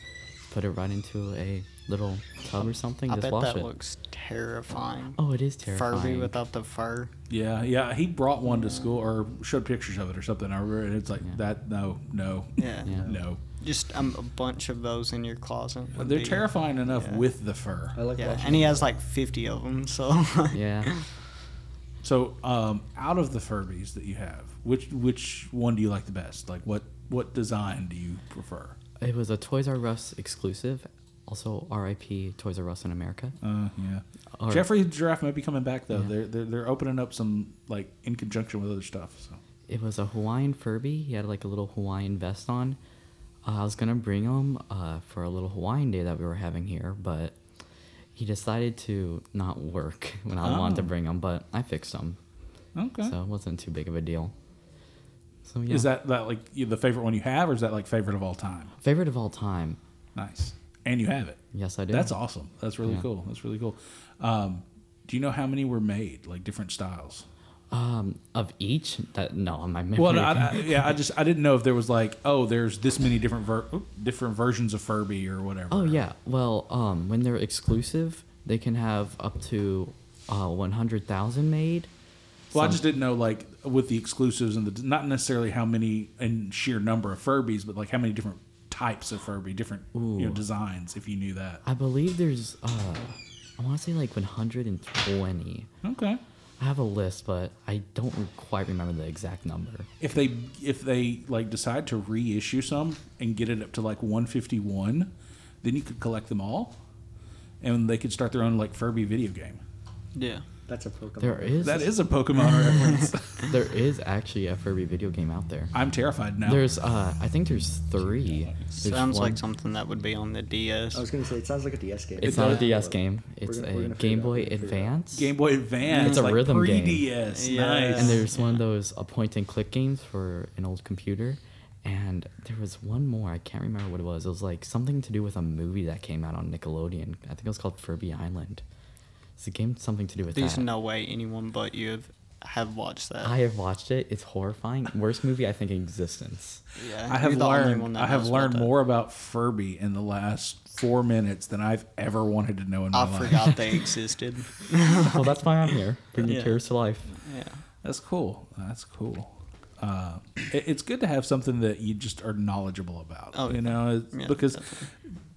Speaker 6: Put put it right into a little tub or something.
Speaker 4: I
Speaker 6: just
Speaker 4: bet
Speaker 6: wash
Speaker 4: that
Speaker 6: it.
Speaker 4: looks terrifying.
Speaker 6: oh, it is
Speaker 4: Furby
Speaker 6: terrifying.
Speaker 4: without the fur.
Speaker 1: Yeah, yeah. He brought one to school or showed pictures of it or something. I remember, and it's like
Speaker 6: Yeah.
Speaker 1: that. No, no,
Speaker 4: Yeah.
Speaker 6: Yeah.
Speaker 1: no.
Speaker 4: Just um, a bunch of those in your closet. would
Speaker 1: They're
Speaker 4: be-
Speaker 1: terrifying enough
Speaker 4: yeah.
Speaker 1: with the fur.
Speaker 3: I like
Speaker 4: Yeah,
Speaker 3: watching
Speaker 4: and he
Speaker 3: them.
Speaker 4: has like 50 of them, so.
Speaker 6: Yeah.
Speaker 1: So, um, out of the Furbies that you have, which which one do you like the best? Like, what what design do you prefer?
Speaker 6: It was a Toys R Us exclusive. Also, RIP Toys R Us in America.
Speaker 1: Uh, yeah.
Speaker 6: Or-
Speaker 1: Jeffrey the Giraffe might be coming back though.
Speaker 6: Yeah.
Speaker 1: They're, they're they're opening up some like in conjunction with other stuff. So
Speaker 6: It was a Hawaiian Furby. He had like a little Hawaiian vest on. Uh, I was gonna bring him uh, for a little Hawaiian day that we were having here, but he decided to not work when I wanted to
Speaker 1: Oh.
Speaker 6: bring him. But I fixed him,
Speaker 1: okay.
Speaker 6: so it wasn't too big of a deal. So yeah,
Speaker 1: Is that that like you- the favorite one you have, or is that like favorite of all time?
Speaker 6: favorite of all time?
Speaker 1: Nice. And you have it.
Speaker 6: Yes, I do.
Speaker 1: That's awesome. That's really
Speaker 6: Yeah.
Speaker 1: cool. That's really cool. Um, do you know how many were made, like different styles?
Speaker 6: Um, of each that no, my memory.
Speaker 1: Well, no, I, I, yeah, I just I didn't know if there was like, oh, there's this many different ver- oop, different versions of Furby or whatever.
Speaker 6: Oh yeah. Well, um, when they're exclusive, they can have up to uh, one hundred thousand made.
Speaker 1: Well, I
Speaker 6: Some-
Speaker 1: just didn't know like with the exclusives and the not necessarily how many in sheer number of Furbies, but like how many different types of Furby, different you know
Speaker 6: Ooh.
Speaker 1: designs. If you knew that.
Speaker 6: I believe there's uh, I want to say like one hundred and twenty.
Speaker 1: Okay.
Speaker 6: I have a list, but I don't quite remember the exact number.
Speaker 1: If they if they like decide to reissue some and get it up to like 151, then you could collect them all, and they could start their own like Furby video game.
Speaker 4: yeah.
Speaker 3: That's a Pokemon.
Speaker 6: There is
Speaker 1: That is a Pokemon reference.
Speaker 6: there is actually a Furby video game out there.
Speaker 1: I'm terrified now.
Speaker 6: There's uh, I think there's three. There's
Speaker 4: Sounds
Speaker 6: one-
Speaker 4: like something that would be on the DS.
Speaker 3: I was gonna say it sounds like a DS game.
Speaker 6: It's
Speaker 1: It
Speaker 6: not a
Speaker 1: does.
Speaker 6: DS game. It's
Speaker 3: gonna- we're
Speaker 6: a
Speaker 3: gonna figure
Speaker 6: Game
Speaker 3: it out. We're
Speaker 6: Boy
Speaker 3: gonna figure it out.
Speaker 6: Advance.
Speaker 1: Game Boy Advance.
Speaker 6: It's a
Speaker 1: like
Speaker 6: rhythm game.
Speaker 1: pre-DS.
Speaker 4: Yeah.
Speaker 1: Nice.
Speaker 6: and there's one of those uh, point and click games for an old computer and there was one more i can't remember what it was it was like something to do with a movie that came out on nickelodeon i think it was called furby island it's a game something to do with
Speaker 4: There's
Speaker 6: that
Speaker 4: no way anyone but you have, have watched that.
Speaker 6: i have watched it it's horrifying worst movie i think in existence
Speaker 4: yeah,
Speaker 1: I have
Speaker 4: you're the only one
Speaker 1: learned.
Speaker 4: that
Speaker 1: I have
Speaker 4: knows about
Speaker 1: learned
Speaker 4: that.
Speaker 1: more about Furby in the last four minutes than I've ever wanted to know in my
Speaker 4: I
Speaker 1: life.
Speaker 4: forgot they existed.
Speaker 6: well that's why i'm here bringing
Speaker 4: Yeah.
Speaker 6: tears to life
Speaker 4: Yeah.
Speaker 1: That's cool. That's cool. Uh, it, it's good to have something that you just are knowledgeable about.
Speaker 4: Oh,
Speaker 1: you know, it's-
Speaker 4: Yeah,
Speaker 1: because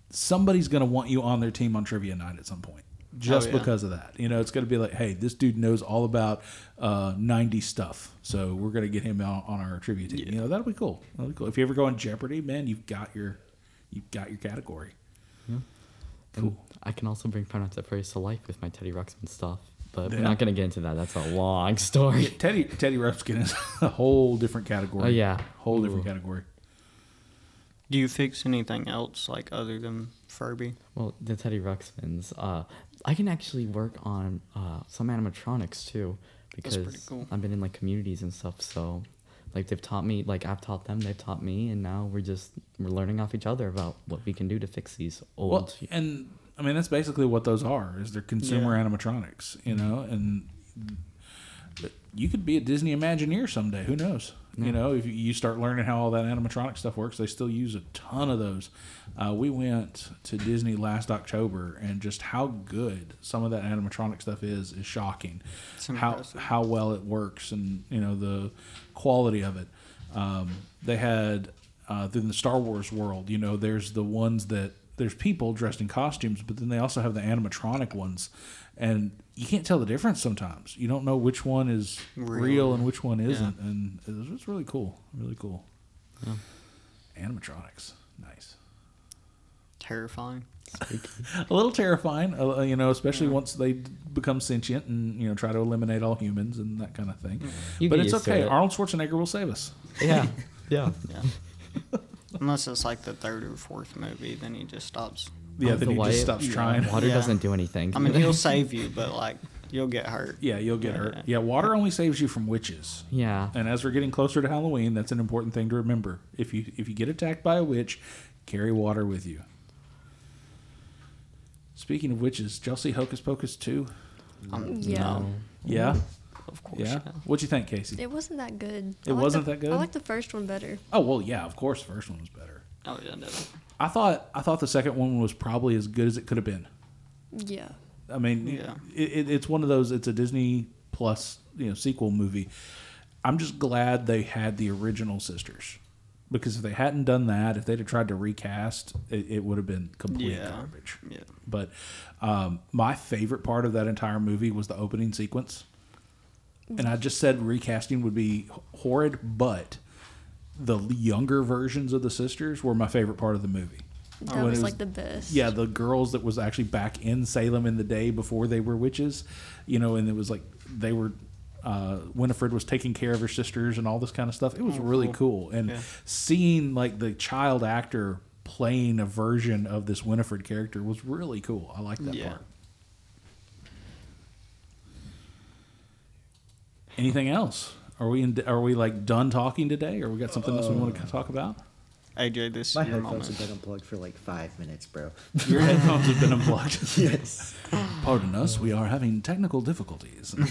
Speaker 1: somebody's going to want you on their team on trivia night at some point. Just
Speaker 4: Oh, yeah.
Speaker 1: because of that, you know, it's going to be like, hey, this dude knows all about uh, '90 stuff, so we're going to get him out on our trivia team. You know, that'll be cool. That'll be cool. If you ever go on Jeopardy, man, you've got your, you've got your category.
Speaker 6: And i can also bring Pirates at Furries to life with my teddy ruxpin stuff but
Speaker 1: Yeah.
Speaker 6: we're not going to get into that that's a long story
Speaker 1: Teddy Teddy Ruxpin is a whole different category.
Speaker 6: Oh, yeah.
Speaker 1: whole different
Speaker 6: Ooh.
Speaker 1: category.
Speaker 4: Do you fix anything else, like, other than Furby?
Speaker 6: Well, the Teddy Ruxpins. Uh, I can actually work on uh, some animatronics too because
Speaker 4: pretty cool.
Speaker 6: I've been in like communities and stuff. So, like they've taught me, like I've taught them, they've taught me, and now we're just we're learning off each other about what we can do to fix these old.
Speaker 1: Well, and I mean that's basically what those are is they're consumer animatronics, you know, and you could be a Disney Imagineer someday. Who knows? You know, if you start learning how all that animatronic stuff works, they still use a ton of those. Uh, we went to Disney last October, and just how good some of that animatronic stuff is is shocking. How
Speaker 4: impressive.
Speaker 1: how well it works, and you know the quality of it. Um, they had uh, in the Star Wars world, you know, there's the ones that there's people dressed in costumes, but then they also have the animatronic ones, and you can't tell the difference sometimes. You don't know which one is real,
Speaker 4: Real.
Speaker 1: and which one isn't, and it's, it's really cool, really cool. Animatronics, nice.
Speaker 4: Terrifying.
Speaker 1: A little terrifying, uh, you know, especially once they d- become sentient and you know try to eliminate all humans and that kind of thing.
Speaker 6: You
Speaker 1: But
Speaker 6: get
Speaker 1: it's
Speaker 6: used to
Speaker 1: okay.
Speaker 6: it.
Speaker 1: Arnold Schwarzenegger will save us.
Speaker 6: yeah, yeah.
Speaker 4: Yeah. Unless it's, like, the third or fourth movie, then he just stops.
Speaker 1: Yeah,
Speaker 6: Oh,
Speaker 1: then
Speaker 6: the
Speaker 1: he
Speaker 6: white-
Speaker 1: just stops
Speaker 6: yeah,
Speaker 1: trying.
Speaker 6: Water
Speaker 4: Yeah.
Speaker 6: doesn't do anything.
Speaker 4: I mean, he'll save you, but, like, you'll get hurt.
Speaker 1: Yeah, you'll get
Speaker 4: Yeah.
Speaker 1: hurt. Yeah, water only saves you from witches.
Speaker 6: yeah.
Speaker 1: And as we're getting closer to Halloween, that's an important thing to remember. If you if you get attacked by a witch, carry water with you. Speaking of witches, did y'all see Hocus Pocus 2?
Speaker 4: Um,
Speaker 5: Yeah.
Speaker 4: No,
Speaker 1: Yeah.
Speaker 4: of course.
Speaker 1: Yeah.
Speaker 4: not.
Speaker 1: What'd you think, Casey?
Speaker 5: It wasn't that good.
Speaker 1: It
Speaker 5: liked
Speaker 1: wasn't
Speaker 5: the-
Speaker 1: that good?
Speaker 5: I like the first one better.
Speaker 1: Oh well yeah, of course the first one was better.
Speaker 4: Oh yeah, no.
Speaker 1: I thought I thought the second one was probably as good as it could have been.
Speaker 5: Yeah.
Speaker 1: I mean,
Speaker 4: Yeah.
Speaker 1: it, it, it's one of those. It's a Disney Plus, you know, sequel movie. I'm just glad they had the original sisters because if they hadn't done that, if they'd have tried to recast, it, it would have been complete
Speaker 4: Yeah.
Speaker 1: garbage.
Speaker 4: Yeah.
Speaker 1: But um, my favorite part of that entire movie was the opening sequence, and I just said recasting would be h- horrid, but the younger versions of the sisters were my favorite part of the movie.
Speaker 5: That
Speaker 1: When
Speaker 5: was,
Speaker 1: it
Speaker 5: like the best.
Speaker 1: yeah, the girls that was actually back in Salem in the day before they were witches, you know, and it was like they were. Uh, Winifred was taking care of her sisters and all this kind of stuff. It was really cool, and
Speaker 4: Oh, Yeah.
Speaker 1: seeing like the child actor playing a version of this Winifred character was really cool. I like that
Speaker 4: Yeah.
Speaker 1: part. Anything else? Are we in, are we like done talking today, or we got something else we
Speaker 4: Uh,
Speaker 1: want to talk about?
Speaker 4: AJ, this
Speaker 3: My
Speaker 4: is your
Speaker 3: headphones
Speaker 4: moment.
Speaker 3: have been unplugged for like five minutes, bro.
Speaker 1: Your headphones have been unplugged.
Speaker 3: yes.
Speaker 1: Pardon us, we are having technical difficulties.
Speaker 3: No,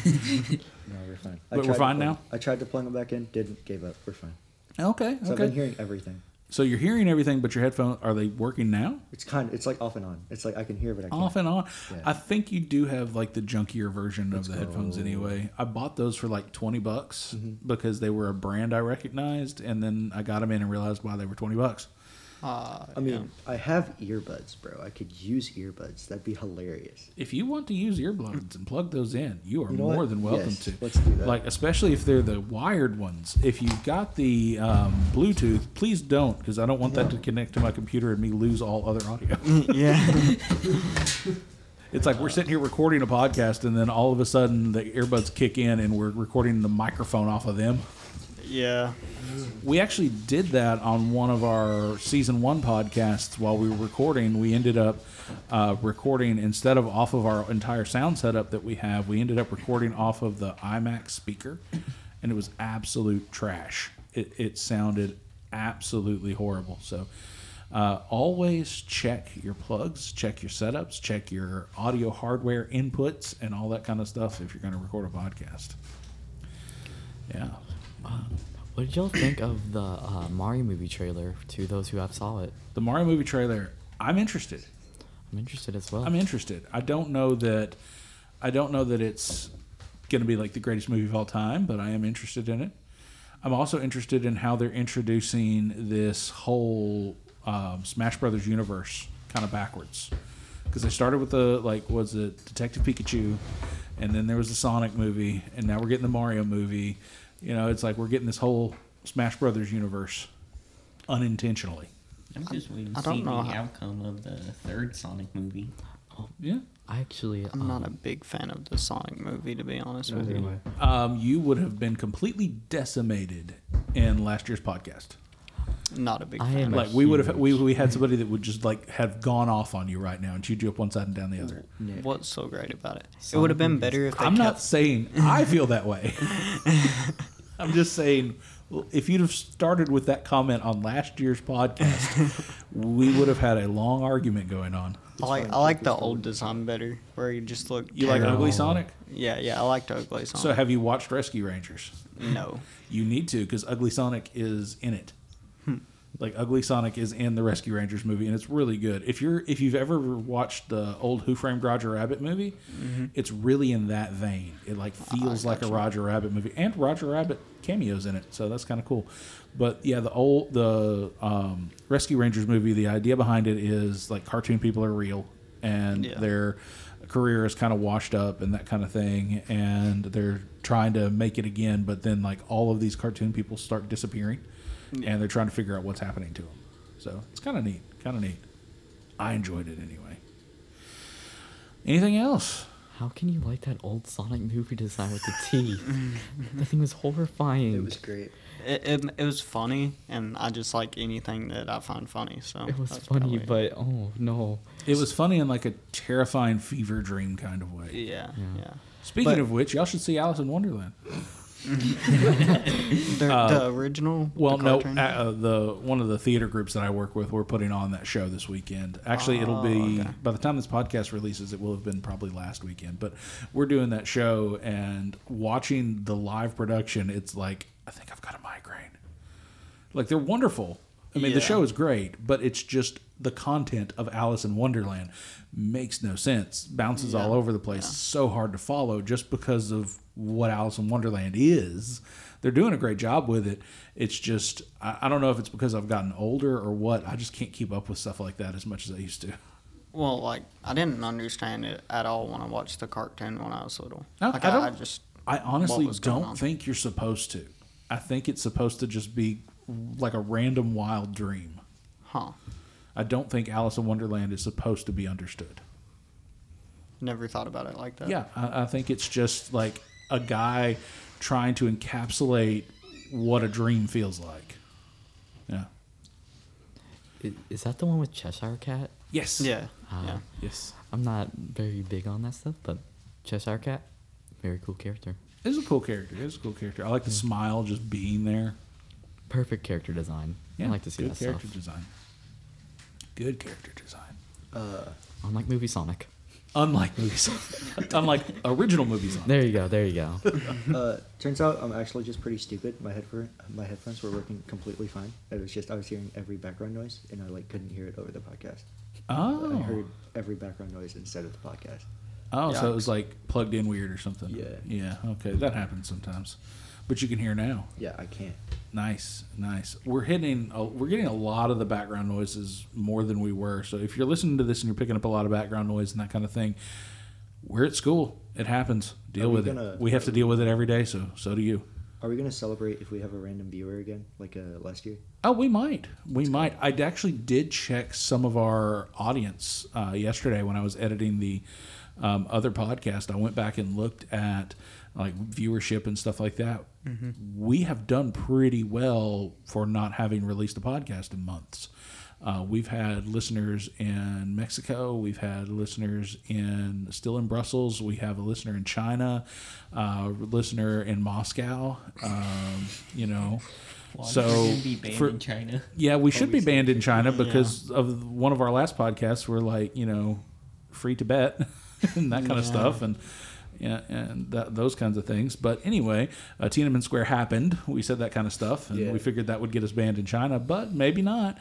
Speaker 3: we're fine.
Speaker 1: But we're
Speaker 3: tried to
Speaker 1: fine
Speaker 3: plug-
Speaker 1: now?
Speaker 3: I tried to plug them back in, didn't, gave up. We're fine.
Speaker 1: Okay.
Speaker 3: So I've
Speaker 1: okay.
Speaker 3: been hearing everything.
Speaker 1: So you're hearing everything, but your headphones are they working now?
Speaker 3: It's kind of, it's like off and on. It's like I can hear, but I can't.
Speaker 1: Off and on.
Speaker 3: Yeah.
Speaker 1: I think you do have like the junkier version of the headphones
Speaker 3: go.
Speaker 1: anyway. I bought those for like twenty bucks
Speaker 3: Mm-hmm.
Speaker 1: because they were a brand I recognized, and then I got them in and realized why they were twenty bucks.
Speaker 4: Uh,
Speaker 3: I mean, I have earbuds, bro. I could use earbuds. That'd be hilarious.
Speaker 1: If you want to use earplugs and plug those in, you are
Speaker 3: You know
Speaker 1: more
Speaker 3: what?
Speaker 1: than welcome
Speaker 3: Yes,
Speaker 1: to.
Speaker 3: let's do that.
Speaker 1: Like especially if they're the wired ones. If you've got the um, Bluetooth, please don't because I don't want that to connect to my computer and me lose all other audio.
Speaker 4: yeah.
Speaker 1: It's like we're sitting here recording a podcast, and then all of a sudden the earbuds kick in, and we're recording the microphone off of them.
Speaker 4: yeah.
Speaker 1: We actually did that on one of our season one podcasts while we were recording. We ended up uh, recording instead of off of our entire sound setup that we have, we ended up recording off of the iMac speaker, and it was absolute trash. It, it sounded absolutely horrible. So. Uh, always check your plugs, check your setups, check your audio hardware inputs, and all that kind of stuff if you're going to record a podcast. Yeah.
Speaker 6: What did y'all think of the uh, Mario movie trailer? To those who have saw it,
Speaker 1: The Mario movie trailer, I'm interested.
Speaker 6: I'm interested as well.
Speaker 1: I'm interested. I don't know that I don't know that it's going to be like the greatest movie of all time, but I am interested in it. I'm also interested in how they're introducing this whole um, Smash Brothers universe kind of backwards because they started with the like was it Detective Pikachu, and then there was the Sonic movie, and now we're getting the Mario movie. You know, it's like we're getting this whole Smash Brothers universe unintentionally.
Speaker 2: I'm just waiting
Speaker 4: I
Speaker 2: to
Speaker 4: don't
Speaker 2: see the
Speaker 4: know how-
Speaker 2: outcome of the third Sonic movie.
Speaker 1: Yeah.
Speaker 6: I actually.
Speaker 4: I'm
Speaker 6: um,
Speaker 4: not a big fan of the Sonic movie, to be honest with you.
Speaker 1: um, you would have been completely decimated in last year's podcast.
Speaker 4: Not a big
Speaker 6: I
Speaker 4: fan.
Speaker 6: am-
Speaker 1: Like we would have, we, we had somebody that would just like have gone off on you right now and chewed you up one side and down the other.
Speaker 3: Yeah.
Speaker 4: What's so great about it? it would have been better if they
Speaker 1: I'm not
Speaker 4: kept.
Speaker 1: saying I feel that way. I'm just saying well, if you'd have started with that comment on last year's podcast, we would have had a long argument going on.
Speaker 4: I like, I like the old design better, where you just look.
Speaker 1: You like
Speaker 4: terrible.
Speaker 1: Ugly Sonic?
Speaker 4: Yeah, yeah, I like the ugly Sonic.
Speaker 1: So have you watched Rescue Rangers?
Speaker 4: no.
Speaker 1: You need to because Ugly Sonic is in it. Like Ugly Sonic is in the Rescue Rangers movie, and it's really good. If you're if you've ever watched the old Who Framed Roger Rabbit movie, it's really in that vein. It like feels like a Roger Rabbit movie, and Roger Rabbit cameos in it, so that's kind of cool. But yeah, the old the um, Rescue Rangers movie, the idea behind it is like cartoon people are real, and
Speaker 4: Yeah.
Speaker 1: they're their career is kind of washed up and that kind of thing and they're trying to make it again but then like all of these cartoon people start disappearing and they're trying to figure out what's happening to them so it's kind of neat kind of neat i enjoyed it anyway anything else
Speaker 6: How can you like that old Sonic movie design with the teeth? that thing was horrifying.
Speaker 3: It was great.
Speaker 4: It, it, it was funny, and I just like anything that I find funny. So
Speaker 6: It was
Speaker 4: that's
Speaker 6: funny,
Speaker 4: probably-
Speaker 6: but oh no.
Speaker 1: it was funny in like a terrifying fever dream kind of way
Speaker 4: yeah,
Speaker 6: Yeah.
Speaker 4: yeah.
Speaker 1: speaking
Speaker 4: But-
Speaker 1: of which y'all should see alice in wonderland
Speaker 4: The, the original.
Speaker 1: Well,
Speaker 4: the
Speaker 1: no,
Speaker 4: cartoon?
Speaker 1: uh, uh, the one of the theater groups that I work with, we're putting on that show this weekend. Actually, it'll be
Speaker 4: Oh, okay.
Speaker 1: by the time this podcast releases, it will have been probably last weekend. But we're doing that show and watching the live production. It's like I think I've got a migraine. Like they're wonderful, I mean,
Speaker 4: Yeah.
Speaker 1: the show is great, but it's just the content of Alice in Wonderland makes no sense. Bounces all over the place. It's so hard to follow just because of what Alice in Wonderland is. They're doing a great job with it. It's just I, I don't know if it's because I've gotten older or what. I just can't keep up with stuff like that as much as I used to.
Speaker 4: Well, like I didn't understand it at all when I watched the cartoon when I was little.
Speaker 1: No,
Speaker 4: like
Speaker 1: I don't-
Speaker 4: just
Speaker 1: I honestly
Speaker 4: what was going
Speaker 1: don't
Speaker 4: on.
Speaker 1: think you're supposed to. I think it's supposed to just be like a random wild dream.
Speaker 4: huh.
Speaker 1: I don't think Alice in Wonderland is supposed to be understood.
Speaker 4: Never thought about it like that.
Speaker 1: Yeah, I, I think it's just like a guy trying to encapsulate what a dream feels like. Yeah.
Speaker 6: I- Is that the one with Cheshire Cat?
Speaker 1: Yes.
Speaker 4: Yeah.
Speaker 6: Ah.
Speaker 4: yeah.
Speaker 1: Yes.
Speaker 6: I'm not very big on that stuff, but Cheshire Cat, very cool character.
Speaker 1: It's a cool character. It's a cool character. I like
Speaker 6: Mm.
Speaker 1: the smile just being there.
Speaker 6: Perfect character design.
Speaker 1: Yeah,
Speaker 6: I like to see
Speaker 1: good
Speaker 6: that
Speaker 1: character
Speaker 6: stuff.
Speaker 1: design. Good character design.
Speaker 6: Unlike movie Sonic.
Speaker 1: Unlike movies, unlike original movies. On
Speaker 6: There you go. There you go.
Speaker 3: Uh, turns out I'm actually just pretty stupid. My head my headphones were working completely fine. It was just I was hearing every background noise and I like couldn't hear it over the podcast. But
Speaker 1: Oh,
Speaker 3: I heard every background noise instead of the podcast.
Speaker 1: oh, so it
Speaker 4: Yuck.
Speaker 1: was like plugged in weird or something.
Speaker 3: Yeah.
Speaker 1: yeah. Okay, that happens sometimes, but you can hear now.
Speaker 3: Yeah, I can't.
Speaker 1: Nice, nice. We're hitting. A, we're getting a lot of the background noises more than we were. So if you're listening to this and you're picking up a lot of background noise and that kind of thing, we're at school. It happens. Deal
Speaker 3: Are we
Speaker 1: with
Speaker 3: gonna-
Speaker 1: it. We have to deal with it every day. So so do you.
Speaker 3: Are we gonna celebrate if we have a random viewer again, like uh, last year?
Speaker 1: Oh, we might. We might. I actually did check some of our audience uh, yesterday when I was editing the um, other podcast. I went back and looked at like viewership and stuff like that. We have done pretty well for not having released a podcast in months. Uh, we've had listeners in Mexico. We've had listeners in still in Brussels. We have a listener in China, uh, listener in Moscow. Um, you know, so
Speaker 2: gonna be banned
Speaker 1: for-
Speaker 2: in China.
Speaker 1: yeah, we should be banned in China because of one of our last podcasts. We're like, you know, free to bet and that kind of stuff, and yeah, and that, those kinds of things. But anyway, uh, Tiananmen Square happened. We said that kind of stuff, and
Speaker 3: Yeah.
Speaker 1: we figured that would get us banned in China, but maybe not.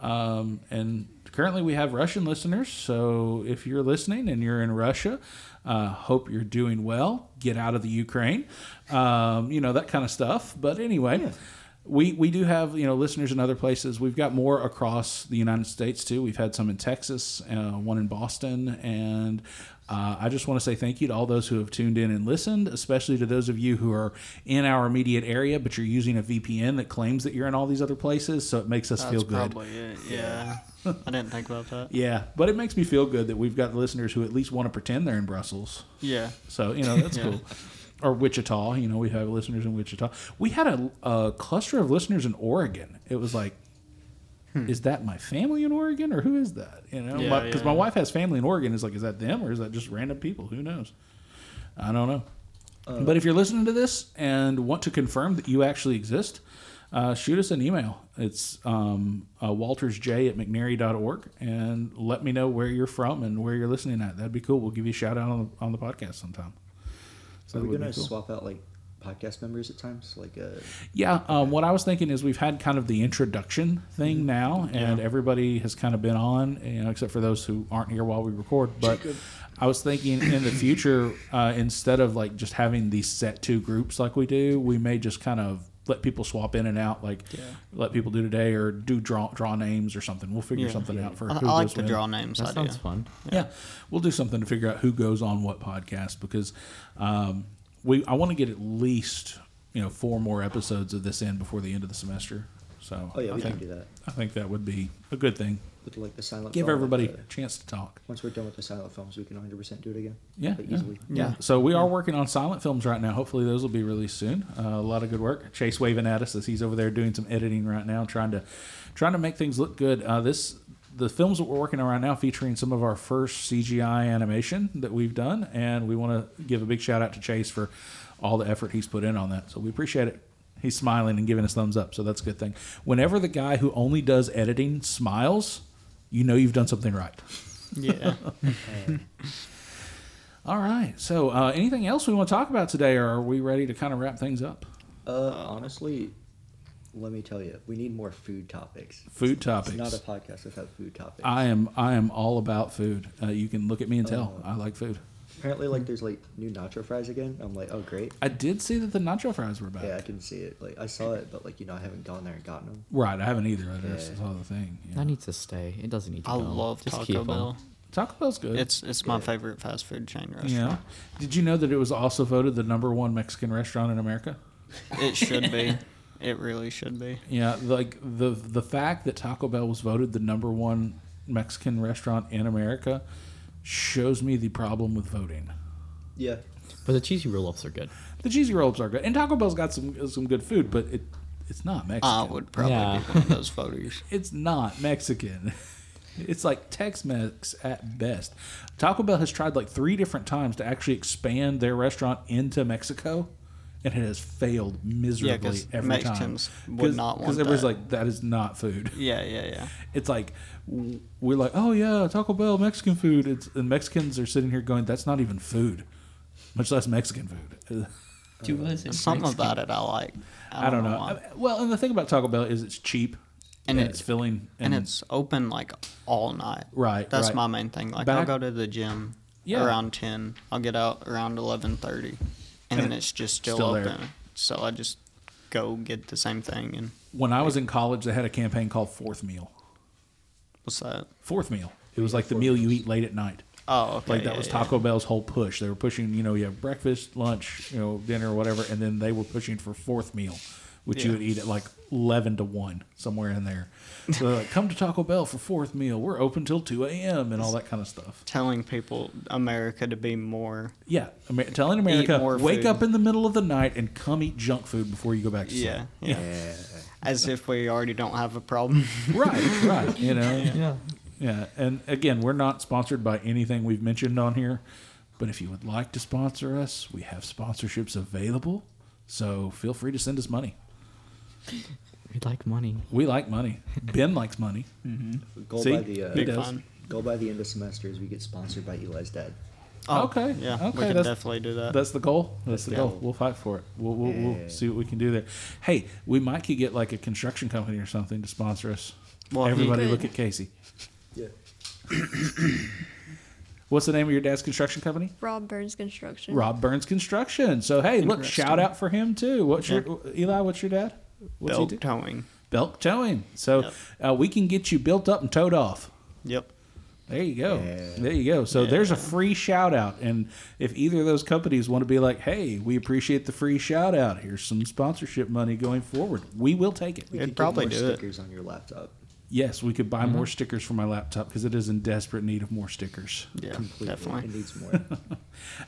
Speaker 1: Um, and currently, we have Russian listeners. So if you're listening and you're in Russia, uh, hope you're doing well. Get out of the Ukraine, um, you know that kind of stuff. But anyway. We, we do have you know listeners in other places. We've got more across the United States too. We've had some in Texas, uh, one in Boston, and uh, I just want to say thank you to all those who have tuned in and listened, especially to those of you who are in our immediate area, but you're using a VPN that claims that you're in all these other places, so it makes us feel
Speaker 4: That's
Speaker 1: good.
Speaker 4: probably it. Yeah. I didn't think about that.
Speaker 1: yeah, but it makes me feel good that we've got listeners who at least want to pretend they're in Brussels.
Speaker 4: Yeah.
Speaker 1: So you know that's cool. Or Wichita, you know, we have listeners in Wichita. We had a, a cluster of listeners in Oregon. It was like, is that my family in Oregon, or who is that? You know, because
Speaker 4: Hmm. Yeah,
Speaker 1: my, 'cause
Speaker 4: yeah.
Speaker 1: my wife has family in Oregon. Is like, is that them, or is that just random people? Who knows? I don't know. but if you're listening to this and want to confirm that you actually exist, uh, shoot us an email. It's um, uh, waltersj at mcnairy.org and let me know where you're from and where you're listening at. That'd be cool. We'll give you a shout out on the, on the podcast sometime. So
Speaker 3: Are
Speaker 1: that
Speaker 3: we
Speaker 1: would
Speaker 3: gonna
Speaker 1: be cool.
Speaker 3: swap out like podcast members at times? Like uh,
Speaker 1: Yeah, um, what I was thinking is we've had kind of the introduction thing now, and everybody has kind of been on, you know, except for those who aren't here while we record. But I was thinking in the future, uh, instead of like just having these set two groups like we do, we may just kind of let people swap in and out, like let people do today or do draw draw names or something. We'll figure
Speaker 4: Yeah.
Speaker 1: something out for
Speaker 4: I,
Speaker 1: who
Speaker 4: I like
Speaker 1: goes
Speaker 4: to
Speaker 1: when.
Speaker 4: draw names.
Speaker 6: That
Speaker 4: idea.
Speaker 6: sounds fun.
Speaker 1: Yeah. We'll do something to figure out who goes on what podcast because um, we I want to get at least you know four more episodes of this in before the end of the semester. So
Speaker 3: oh yeah,
Speaker 1: I,
Speaker 3: we
Speaker 1: think,
Speaker 3: can do that
Speaker 1: I think that would be a good thing.
Speaker 3: with like the silent.
Speaker 1: Give
Speaker 3: film,
Speaker 1: everybody
Speaker 3: uh,
Speaker 1: a chance to talk.
Speaker 3: once we're done with the silent films, we can 100 percent do it again.
Speaker 1: Yeah,
Speaker 3: like,
Speaker 1: yeah,
Speaker 3: easily.
Speaker 1: yeah. So we are working on silent films right now. Hopefully those will be released soon. Uh, a lot of good work. Chase waving at us as he's over there doing some editing right now, trying to trying to make things look good. Uh, this the films that we're working on right now featuring some of our first CGI animation that we've done, and we want to give a big shout out to Chase for all the effort he's put in on that. So we appreciate it. He's smiling and giving us thumbs up, so that's a good thing. Whenever the guy who only does editing smiles, you know you've done something right.
Speaker 4: Yeah.
Speaker 3: Uh,
Speaker 1: All right. So, uh, anything else we want to talk about today, or are we ready to kind of wrap things up?
Speaker 3: Uh, honestly, let me tell you, we need more food topics.
Speaker 1: Food
Speaker 3: It's
Speaker 1: topics.
Speaker 3: not a podcast without food topics.
Speaker 1: I am I am all about food. Uh, you can look at me and tell
Speaker 3: Oh.
Speaker 1: I like food.
Speaker 3: Apparently, like there's like new nacho fries again. I'm like, oh great.
Speaker 1: I did see that the nacho fries were back.
Speaker 3: Yeah, I can see it. Like I saw it, but like you know, I haven't gone there and gotten them.
Speaker 1: Right, I haven't either. I just
Speaker 3: Yeah.
Speaker 1: saw the thing. yeah.
Speaker 6: That needs to stay. It doesn't need to
Speaker 4: I
Speaker 6: go.
Speaker 4: love
Speaker 6: Just keep
Speaker 4: Taco
Speaker 6: 'em.
Speaker 4: Bell.
Speaker 1: Taco Bell's good.
Speaker 4: It's it's my
Speaker 3: Yeah.
Speaker 4: favorite fast food chain restaurant.
Speaker 1: yeah. Did you know that it was also voted the number one Mexican restaurant in America?
Speaker 4: It should be. It really should be.
Speaker 1: Yeah, like the the fact that Taco Bell was voted the number one Mexican restaurant in America shows me the problem with voting.
Speaker 3: Yeah,
Speaker 6: But the cheesy roll ups are good.
Speaker 1: The cheesy roll ups are good, and Taco Bell's got some some good food, but it it's not Mexican.
Speaker 4: I would probably
Speaker 6: Yeah.
Speaker 4: be one of those voters.
Speaker 1: It's not Mexican. It's like Tex-Mex at best. Taco Bell has tried like three different times to actually expand their restaurant into Mexico, and it has failed miserably
Speaker 4: 'cause
Speaker 1: every
Speaker 4: Mexicans
Speaker 1: time.
Speaker 4: would not want
Speaker 1: everybody's
Speaker 4: that.
Speaker 1: like, "That is not food."
Speaker 4: Yeah, yeah, yeah.
Speaker 1: It's like w- we're like, "Oh yeah, Taco Bell Mexican food." It's and Mexicans are sitting here going, "That's not even food, much less Mexican food."
Speaker 2: Do
Speaker 1: Uh,
Speaker 2: us in
Speaker 4: Something
Speaker 2: Mexican.
Speaker 4: about it I like.
Speaker 1: I don't know.
Speaker 4: why.
Speaker 1: I- well, and the thing about Taco Bell is it's cheap
Speaker 4: And
Speaker 1: it's,
Speaker 4: it's-
Speaker 1: filling
Speaker 4: and it's open like all night.
Speaker 1: Right,
Speaker 4: That's
Speaker 1: right.
Speaker 4: my main thing. Like
Speaker 1: Back-
Speaker 4: I'll go to the gym
Speaker 1: Yeah.
Speaker 4: around ten. I'll get out around eleven thirty, and then it's just still,
Speaker 1: still there.
Speaker 4: open. So I just go get the same thing and
Speaker 1: when I was in college, they had a campaign called Fourth Meal.
Speaker 4: what's that?
Speaker 1: Fourth Meal. It was like the meal you eat late at night.
Speaker 4: Oh, okay.
Speaker 1: Like that
Speaker 4: yeah,
Speaker 1: was
Speaker 4: yeah.
Speaker 1: Taco Bell's whole push. They were pushing, you know, you have breakfast, lunch, you know, dinner, or whatever, and then they were pushing for fourth meal, which you
Speaker 4: Yeah.
Speaker 1: would eat at like eleven to one, somewhere in there. So they're like, come to Taco Bell for fourth meal. We're open till two a.m. and all that kind of stuff.
Speaker 4: Telling people America to be more.
Speaker 1: Yeah, Amer- telling America,
Speaker 4: more
Speaker 1: wake
Speaker 4: food.
Speaker 1: up in the middle of the night and come eat junk food before you go back to sleep.
Speaker 4: Yeah, yeah. As if we already don't have a problem.
Speaker 1: right, right. You know,
Speaker 6: Yeah.
Speaker 1: Yeah, and again, we're not sponsored by anything we've mentioned on here, but if you would like to sponsor us, we have sponsorships available. So feel free to send us money.
Speaker 6: We like money.
Speaker 1: We like money. Ben likes money.
Speaker 3: go
Speaker 1: See?
Speaker 3: by the uh,
Speaker 1: He
Speaker 4: Big
Speaker 1: does.
Speaker 4: fun.
Speaker 3: go by the end of semesters. We get sponsored by Eli's dad.
Speaker 4: Oh,
Speaker 1: Okay,
Speaker 4: Yeah,
Speaker 1: okay,
Speaker 4: we
Speaker 1: that's-
Speaker 4: can definitely do that.
Speaker 1: That's the goal. That's the
Speaker 3: Yeah.
Speaker 1: goal. We'll fight for it. We'll, we'll, we'll
Speaker 3: Yeah.
Speaker 1: see what we can do there. Hey, we might could get like a construction company or something to sponsor us.
Speaker 4: Well, he-
Speaker 1: Everybody,
Speaker 5: Good.
Speaker 1: look at Casey.
Speaker 3: Yeah.
Speaker 1: What's the name of your dad's construction company?
Speaker 5: Rob Burns Construction.
Speaker 1: Rob Burns Construction. So hey, look,
Speaker 4: Interesting.
Speaker 1: shout out for him too. What's your
Speaker 4: Yeah.
Speaker 1: Eli? What's your dad? What's
Speaker 4: Belt towing.
Speaker 1: Belk towing. So
Speaker 4: Yep.
Speaker 1: uh, we can get you built up and towed off.
Speaker 4: Yep.
Speaker 1: There you go.
Speaker 3: Yeah.
Speaker 1: There you go. So there's a free shout out. And if either of those companies want to be like, hey, we appreciate the free shout out. Here's some sponsorship money going forward. We will take it.
Speaker 3: We
Speaker 4: It'd
Speaker 3: could get
Speaker 4: probably
Speaker 3: more
Speaker 4: do it.
Speaker 3: stickers on your laptop.
Speaker 1: Yes, we could buy
Speaker 3: Mm-hmm.
Speaker 1: more stickers for my laptop because it is in desperate need of more stickers.
Speaker 4: Yeah,
Speaker 3: Completely.
Speaker 4: definitely.
Speaker 3: It needs more.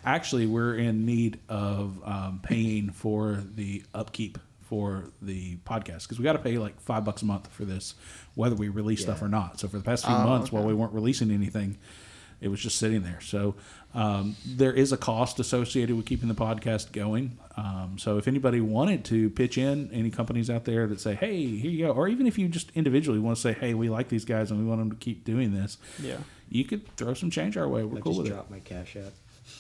Speaker 1: Actually, we're in need of um, paying for the upkeep for the podcast because we got to pay like five bucks a month for this, whether we release stuff
Speaker 3: Yeah.
Speaker 1: or not. So for the past few
Speaker 4: Oh,
Speaker 1: months,
Speaker 4: okay.
Speaker 1: while we weren't releasing anything, it was just sitting there. So um, there is a cost associated with keeping the podcast going. Um, so if anybody wanted to pitch in, any companies out there that say, "Hey, here you go," or even if you just individually want to say, "Hey, we like these guys and we want them to keep doing this,"
Speaker 4: Yeah.
Speaker 1: you could throw some change our way. We're
Speaker 3: I
Speaker 1: cool
Speaker 3: just
Speaker 1: with it
Speaker 3: dropped my cash app.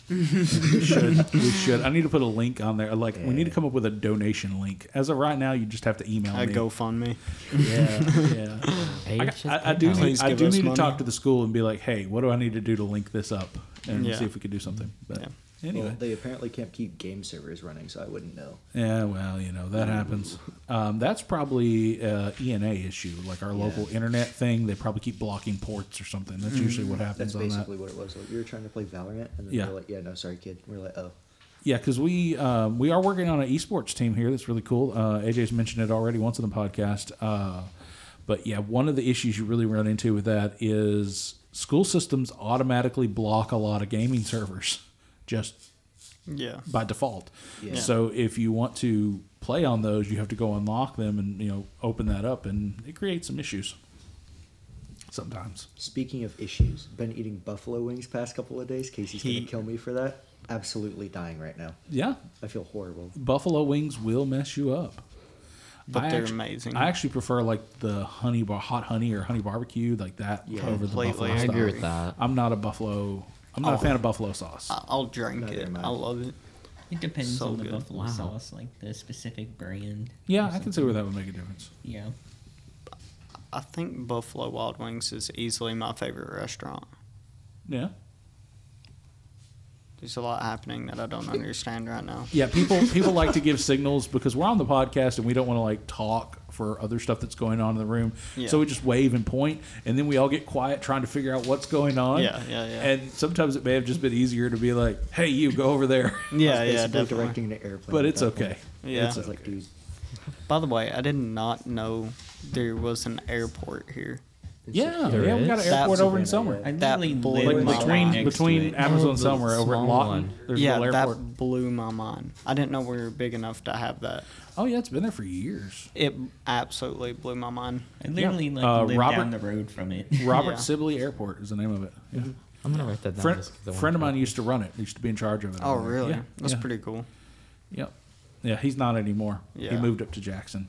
Speaker 1: should. We should. I need to put a link on there. Like, we need to come up with a donation link. As of right now, you just have to email
Speaker 4: A
Speaker 1: me.
Speaker 4: GoFundMe.
Speaker 1: Yeah, yeah.
Speaker 6: Hey,
Speaker 1: I,
Speaker 6: it's just
Speaker 1: I- I do.
Speaker 6: PayPal.
Speaker 1: Need,
Speaker 4: Please
Speaker 1: I
Speaker 4: give
Speaker 1: do
Speaker 4: us
Speaker 1: need to
Speaker 4: money.
Speaker 1: talk to the school and be like, "Hey, what do I need to do to link this up?" and
Speaker 4: Yeah.
Speaker 1: see if we could do something. But
Speaker 3: Well,
Speaker 1: anyway,
Speaker 3: they apparently can't keep game servers running, so I wouldn't know.
Speaker 1: yeah. Well, you know that happens. Um, that's probably uh, ENA issue, like our local internet thing. They probably keep blocking ports or something. That's usually what happens
Speaker 3: Mm-hmm. That's
Speaker 1: on that.
Speaker 3: basically what it was. Like, we were trying to play Valorant, and then
Speaker 1: Yeah.
Speaker 3: they were like, "Yeah, no, sorry, kid." We are like, "Oh,
Speaker 1: Yeah, because we um, we are working on an esports team here. That's really cool. Uh, AJ's mentioned it already once in the podcast. Uh, but yeah, one of the issues you really run into with that is school systems automatically block a lot of gaming servers just
Speaker 4: Yeah.
Speaker 1: by default.
Speaker 3: Yeah.
Speaker 1: So if you want to play on those, you have to go unlock them and you know open that up, and it creates some issues sometimes.
Speaker 3: Speaking of issues, been eating buffalo wings past couple of days. Casey's
Speaker 4: He-
Speaker 3: gonna kill me for that. Absolutely dying right now.
Speaker 1: Yeah,
Speaker 3: I feel horrible.
Speaker 1: buffalo wings will mess you up.
Speaker 4: But they're
Speaker 1: actu-
Speaker 4: amazing.
Speaker 1: I actually prefer like the honey bar, hot honey or honey barbecue, like that
Speaker 3: Yeah.
Speaker 1: over the
Speaker 4: Completely
Speaker 1: buffalo
Speaker 6: I agree
Speaker 1: style.
Speaker 6: with that.
Speaker 1: I'm not a buffalo. I'm not a
Speaker 4: Oh.
Speaker 1: fan of buffalo sauce.
Speaker 4: I- I'll drink
Speaker 3: Neither
Speaker 4: it.
Speaker 3: am I.
Speaker 4: I love it.
Speaker 2: It depends
Speaker 4: So
Speaker 2: on the
Speaker 4: good.
Speaker 2: buffalo
Speaker 6: Wow.
Speaker 2: sauce, like the specific brand.
Speaker 1: Yeah,
Speaker 2: or
Speaker 1: I can see
Speaker 2: something.
Speaker 1: where that would make a difference.
Speaker 2: Yeah.
Speaker 4: I think Buffalo Wild Wings is easily my favorite restaurant.
Speaker 1: Yeah.
Speaker 4: There's a lot happening that I don't understand right now.
Speaker 1: Yeah, people people like to give signals because we're on the podcast and we don't want to like talk for other stuff that's going on in the room.
Speaker 4: Yeah.
Speaker 1: So we just wave and point, and then we all get quiet trying to figure out what's going on.
Speaker 4: Yeah, yeah, yeah.
Speaker 1: And sometimes it may have just been easier to be like, "Hey, you go over there,"
Speaker 4: Yeah,
Speaker 3: I was
Speaker 4: yeah,
Speaker 3: basically
Speaker 4: definitely.
Speaker 3: directing an airplane.
Speaker 1: but
Speaker 3: at
Speaker 1: it's
Speaker 3: that
Speaker 1: okay.
Speaker 3: point.
Speaker 4: Yeah.
Speaker 3: I was like, dude,
Speaker 4: By the way, I did not know there was an airport here.
Speaker 3: it's
Speaker 1: Yeah,
Speaker 3: okay.
Speaker 6: There
Speaker 1: yeah, we
Speaker 6: is.
Speaker 1: got an airport
Speaker 4: That's
Speaker 1: over in
Speaker 3: Savannah,
Speaker 1: Somewhere.
Speaker 2: I
Speaker 4: That
Speaker 2: literally
Speaker 4: blew
Speaker 2: live
Speaker 1: Like
Speaker 4: my
Speaker 2: my
Speaker 1: between
Speaker 4: mind.
Speaker 2: next
Speaker 1: between
Speaker 2: to it.
Speaker 1: Amazon
Speaker 6: Oh, the
Speaker 1: somewhere over in
Speaker 6: small
Speaker 1: Lawton,
Speaker 6: one.
Speaker 1: there's a
Speaker 4: yeah,
Speaker 1: little airport.
Speaker 4: that blew my mind. I didn't know we were big enough to have that.
Speaker 1: oh yeah, it's been there for years.
Speaker 4: It absolutely blew my mind.
Speaker 2: I literally like
Speaker 1: Uh,
Speaker 2: live
Speaker 1: Robert-
Speaker 2: down the road from it.
Speaker 1: Robert
Speaker 4: Yeah.
Speaker 1: Sibley Airport is the name of it. Yeah.
Speaker 6: I'm gonna write that down.
Speaker 1: Friend,
Speaker 6: just 'cause I wanna
Speaker 1: friend of
Speaker 6: try.
Speaker 1: mine used to run it. He used to be in charge of it.
Speaker 4: Oh,
Speaker 1: over there.
Speaker 4: really?
Speaker 1: Yeah,
Speaker 4: That's
Speaker 1: yeah.
Speaker 4: pretty cool.
Speaker 1: Yep. Yeah, he's not anymore. He
Speaker 4: Yeah.
Speaker 1: moved up to Jackson.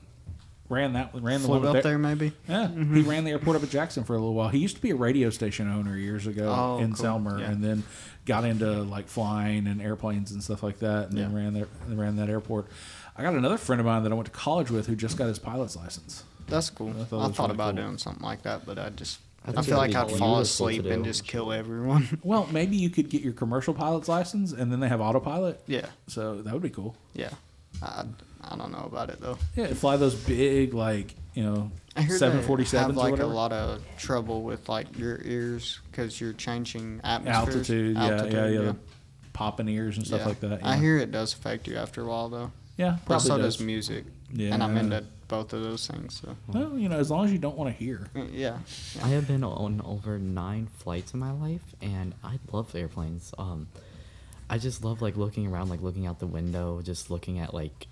Speaker 1: Ran that ran the
Speaker 4: Flew
Speaker 1: one
Speaker 4: up
Speaker 1: up
Speaker 4: there,
Speaker 1: there.
Speaker 4: maybe.
Speaker 1: Yeah,
Speaker 4: Mm-hmm.
Speaker 1: he ran the airport up at Jackson for a little while. He used to be a radio station owner years ago
Speaker 4: Oh,
Speaker 1: in
Speaker 4: cool.
Speaker 1: Selmer,
Speaker 4: Yeah.
Speaker 1: and then got into like flying and airplanes and stuff like that, and then
Speaker 4: Yeah.
Speaker 1: ran there ran that airport. I got another friend of mine that I went to college with who just got his pilot's license.
Speaker 4: That's cool.
Speaker 1: I thought
Speaker 4: I
Speaker 1: it
Speaker 4: thought,
Speaker 1: was really
Speaker 4: about
Speaker 1: cool.
Speaker 4: doing something like that, but I just
Speaker 6: I
Speaker 4: I,
Speaker 6: think
Speaker 4: feel
Speaker 6: that'd
Speaker 4: like
Speaker 6: be
Speaker 4: I'd
Speaker 6: beautiful
Speaker 4: fall
Speaker 6: to
Speaker 4: asleep
Speaker 6: do.
Speaker 4: and just kill everyone.
Speaker 1: Well, maybe you could get your commercial pilot's license, and then they have autopilot.
Speaker 4: yeah,
Speaker 1: So that would be cool.
Speaker 4: yeah. I, I don't know about it though.
Speaker 1: Yeah, and fly those big like you know
Speaker 4: I hear
Speaker 1: seven
Speaker 4: they
Speaker 1: forty
Speaker 4: have
Speaker 1: sevens or
Speaker 4: like a
Speaker 1: whatever.
Speaker 4: lot of trouble with like your ears because you're changing atmospheres.
Speaker 1: altitude, yeah, yeah, yeah,
Speaker 4: yeah.
Speaker 1: the popping ears and stuff
Speaker 4: Yeah.
Speaker 1: like that. Yeah,
Speaker 4: I hear it does affect you after a while though.
Speaker 1: yeah,
Speaker 4: But
Speaker 1: probably
Speaker 4: so
Speaker 1: does.
Speaker 4: does music, and I'm
Speaker 1: Yeah.
Speaker 4: into both of those things. So
Speaker 1: Well, you know, as long as you don't want to hear.
Speaker 4: yeah,
Speaker 6: I have been on over nine flights in my life, and I love airplanes. Um, I just love like looking around, like looking out the window, just looking at like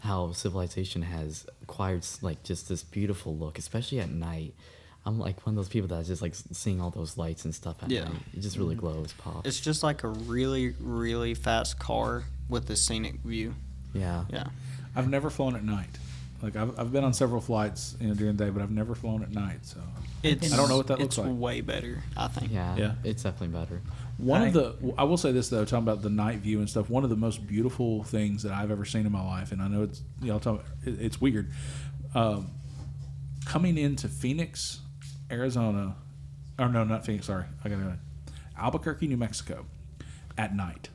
Speaker 6: how civilization has acquired like just this beautiful look, especially at night. I'm like one of those people that's just like s- seeing all those lights and stuff at
Speaker 4: Yeah.
Speaker 6: night. It just really glows pop.
Speaker 4: it's just like a really really fast car with a scenic view.
Speaker 6: yeah.
Speaker 4: Yeah,
Speaker 1: I've never flown at night. Like I've, I've been on several flights you know, during the day, but I've never flown at night. So
Speaker 4: it's
Speaker 1: I don't know what that looks
Speaker 4: it's
Speaker 1: like.
Speaker 4: way better, I think.
Speaker 6: Yeah.
Speaker 1: Yeah.
Speaker 6: It's definitely better.
Speaker 1: one
Speaker 2: I-
Speaker 1: of the I will say this though, talking about the night view and stuff. One of the most beautiful things that I've ever seen in my life, and I know it's y'all talk, it, it's weird. Um, coming into Phoenix, Arizona, or no, not Phoenix. Sorry, I got to Albuquerque, New Mexico, at night.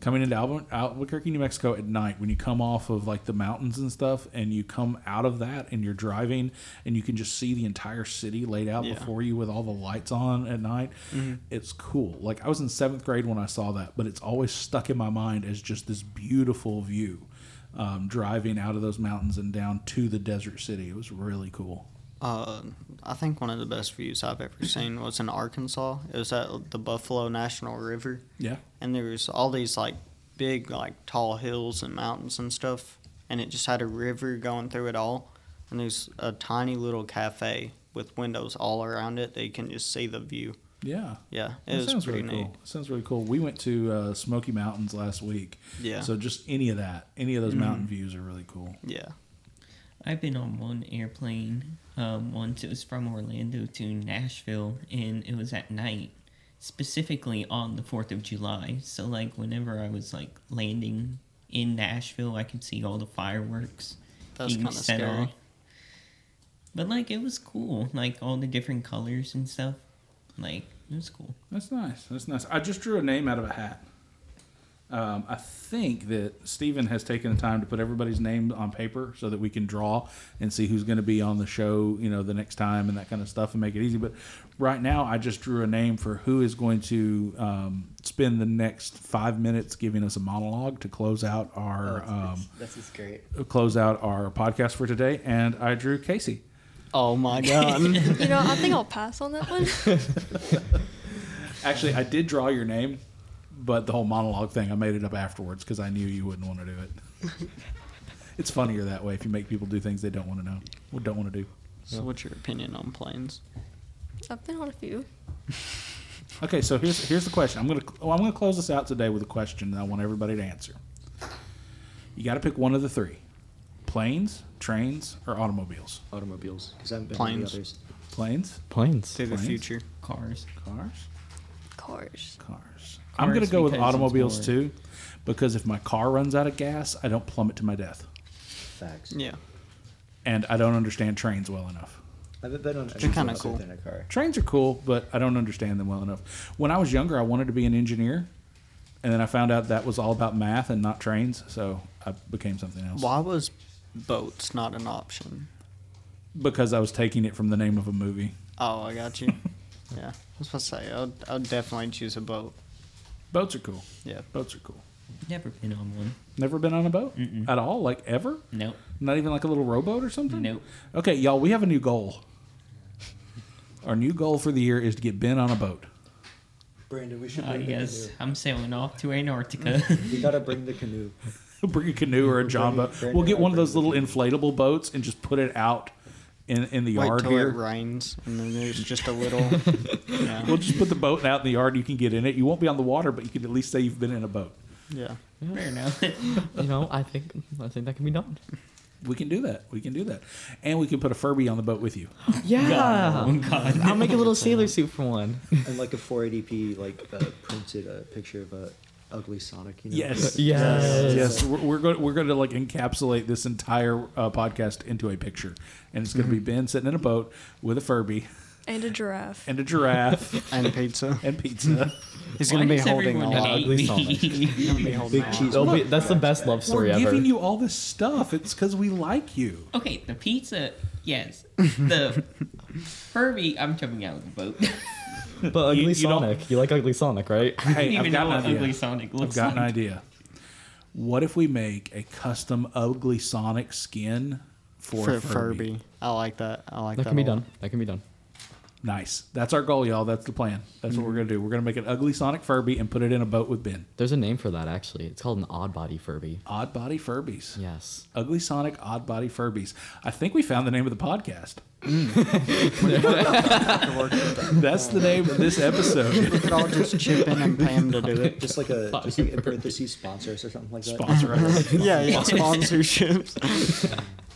Speaker 1: coming into Albu- Albuquerque, New Mexico at night when you come off of like the mountains and stuff and you come out of that and you're driving and you can just see the entire city laid out
Speaker 4: Yeah.
Speaker 1: before you with all the lights on at night. It's cool. Like I was in seventh grade when I saw that, but it's always stuck in my mind as just this beautiful view um, driving out of those mountains and down to the desert city. It was really cool.
Speaker 4: Uh, I think one of the best views I've ever seen was in Arkansas. It was at the Buffalo National River,
Speaker 1: Yeah.
Speaker 4: and there was all these like big, like tall hills and mountains and stuff, and it just had a river going through it all. And there's a tiny little cafe with windows all around it that you can just see the view.
Speaker 1: Yeah.
Speaker 4: Yeah, it
Speaker 1: That
Speaker 4: was
Speaker 1: sounds
Speaker 4: pretty
Speaker 1: really
Speaker 4: neat.
Speaker 1: cool. Sounds really cool. We went to uh, Smoky Mountains last week.
Speaker 4: Yeah. Mm-hmm.
Speaker 1: So just any of that, any of those mountain views are really cool.
Speaker 4: Yeah,
Speaker 2: I've been on one airplane. Um, once it was from Orlando to Nashville, and it was at night, specifically on the Fourth of July. So like whenever I was like landing in Nashville, I could see all the fireworks
Speaker 4: That's
Speaker 2: being
Speaker 4: kinda
Speaker 2: set
Speaker 4: scary.
Speaker 2: off. But like it was cool, like all the different colors and stuff. Like it was cool.
Speaker 1: That's nice. That's nice. I just drew a name out of a hat. Um, I think that Steven has taken the time to put everybody's name on paper so that we can draw and see who's going to be on the show, you know, the next time and that kind of stuff and make it easy. But right now, I just drew a name for who is going to um, spend the next five minutes giving us a monologue to close out our um,
Speaker 3: Oh, That's just great.
Speaker 1: close out our podcast for today. And I drew Casey.
Speaker 4: Oh my god.
Speaker 5: You know, I think I'll pass on that one.
Speaker 1: Actually, I did draw your name, but the whole monologue thing, I made it up afterwards because I knew you wouldn't want to do it. it's funnier that way if you make people do things they don't want to know or don't want to do.
Speaker 4: so, what's your opinion on planes?
Speaker 5: I've been on a few.
Speaker 1: Okay, so here's here's the question. I'm gonna well, I'm gonna close this out today with a question that I want everybody to answer. You got to pick one of the three: planes, trains, or automobiles.
Speaker 3: Automobiles, because I haven't been on the
Speaker 4: Planes.
Speaker 3: others.
Speaker 1: Planes,
Speaker 6: Planes.
Speaker 4: To the
Speaker 1: Planes?
Speaker 4: future.
Speaker 2: Cars.
Speaker 1: cars,
Speaker 5: Cars.
Speaker 1: cars. I'm going
Speaker 2: course,
Speaker 1: to go with
Speaker 2: because it's
Speaker 1: automobiles
Speaker 2: more-
Speaker 1: too, because if my car runs out of gas, I don't plummet to my death,
Speaker 3: Facts.
Speaker 4: Yeah.
Speaker 1: and I don't understand trains well enough.
Speaker 3: I haven't been on
Speaker 4: They're
Speaker 3: anything
Speaker 4: kinda
Speaker 3: other
Speaker 4: cool.
Speaker 3: than a car.
Speaker 1: Trains are cool, but I don't understand them well enough. When I was younger, I wanted to be an engineer, and then I found out that was all about math and not trains, so I became something else.
Speaker 4: Why was boats not an option?
Speaker 1: Because I was taking it from the name of a movie.
Speaker 4: Oh, I got you. yeah. I was supposed to say, I would, I would definitely choose a boat.
Speaker 1: Boats are cool.
Speaker 4: Yeah.
Speaker 1: Boats are cool.
Speaker 2: Never been on one.
Speaker 1: Never been on a boat
Speaker 2: Mm-mm.
Speaker 1: at all, like ever.
Speaker 2: Nope.
Speaker 1: Not even like a little rowboat or something?
Speaker 2: Nope.
Speaker 1: Okay, y'all, we have a new goal. Our new goal for the year is to get Ben on a boat.
Speaker 3: Brandon, we should
Speaker 2: Uh,
Speaker 3: bring the
Speaker 2: yes, I'm sailing off to Antarctica.
Speaker 3: canoe. We gotta bring the canoe.
Speaker 1: Bring a canoe or a john boat. We'll get one of those little inflatable boats and just put it out in, in the
Speaker 4: Wait
Speaker 1: yard
Speaker 4: till it
Speaker 1: here.
Speaker 4: rains and then there's just a little. yeah.
Speaker 1: We'll just put the boat out in the yard. You can get in it. You won't be on the water, but you can at least say you've been in a boat.
Speaker 4: Yeah.
Speaker 2: Fair enough.
Speaker 6: You know, I think I think that can be done.
Speaker 1: We can do that. We can do that. And we can put a Furby on the boat with you.
Speaker 6: Yeah.
Speaker 2: Oh, God.
Speaker 6: I'll make a little sailor suit for one.
Speaker 3: and like a 480p like uh, printed uh, picture of a ugly Sonic. You know?
Speaker 1: Yes.
Speaker 6: Yes.
Speaker 1: Yes, we're, we're going. We're going to like encapsulate this entire uh, podcast into a picture, and it's going to be Ben sitting in a boat with a Furby
Speaker 5: and a giraffe.
Speaker 1: and a giraffe
Speaker 4: And pizza.
Speaker 1: and pizza.
Speaker 4: He's
Speaker 2: Why
Speaker 4: going to be
Speaker 2: does
Speaker 4: holding a
Speaker 2: everyone
Speaker 4: lot.
Speaker 2: hate
Speaker 6: Ugly
Speaker 2: me?
Speaker 3: Big cheese.
Speaker 6: That'll be- that's the best love story
Speaker 1: we're
Speaker 6: ever.
Speaker 1: giving you all this stuff. It's because we like you.
Speaker 2: Okay, the pizza, yes. The Furby, I'm jumping out of the boat.
Speaker 6: but
Speaker 1: you
Speaker 6: Ugly
Speaker 1: don't-
Speaker 6: Sonic, you like Ugly Sonic, right?
Speaker 2: I don't
Speaker 1: Hey, I've
Speaker 2: even
Speaker 1: got
Speaker 2: know
Speaker 1: an
Speaker 2: what Ugly
Speaker 1: idea.
Speaker 2: Sonic
Speaker 1: I've
Speaker 2: looks
Speaker 1: got an
Speaker 2: like.
Speaker 1: idea. What if we make a custom ugly Sonic skin for,
Speaker 4: For
Speaker 1: a Furby?
Speaker 4: Furby. I like that. I like that.
Speaker 6: That can be
Speaker 4: a lot.
Speaker 6: done. That can be done.
Speaker 1: Nice. That's our goal, y'all. That's the plan. That's what we're gonna do. We're gonna make an ugly Sonic Furby and put it in a boat with Ben.
Speaker 6: There's a name for that actually. It's called an odd body Furby.
Speaker 1: Odd body Furbies.
Speaker 6: Yes.
Speaker 1: Ugly Sonic Odd Body Furbies. I think we found the name of the podcast. That's the name of this episode.
Speaker 4: We could all just chip in and pay him to do it.
Speaker 3: Just like a just like in parentheses sponsors or something like that.
Speaker 1: Sponsor us.
Speaker 4: yeah, yeah. Sponsorships.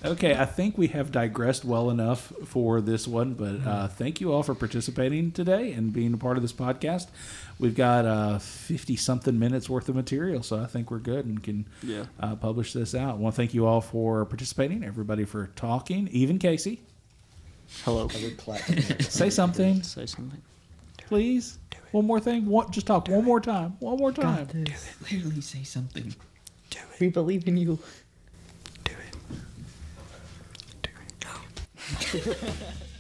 Speaker 1: Okay, I think we have digressed well enough for this one, but uh, thank you all for participating today and being a part of this podcast. We've got fifty something minutes worth of material, so I think we're good and can
Speaker 4: Yeah.
Speaker 1: uh, publish this out. I want to thank you all for participating, everybody for talking, even Casey.
Speaker 4: Hello.
Speaker 3: I would clap. to that.
Speaker 1: Say something.
Speaker 4: Say something.
Speaker 1: please. One more thing. One, just talk one more time. One more time.
Speaker 2: Literally say something.
Speaker 6: We believe in you.
Speaker 4: Do it. Do it.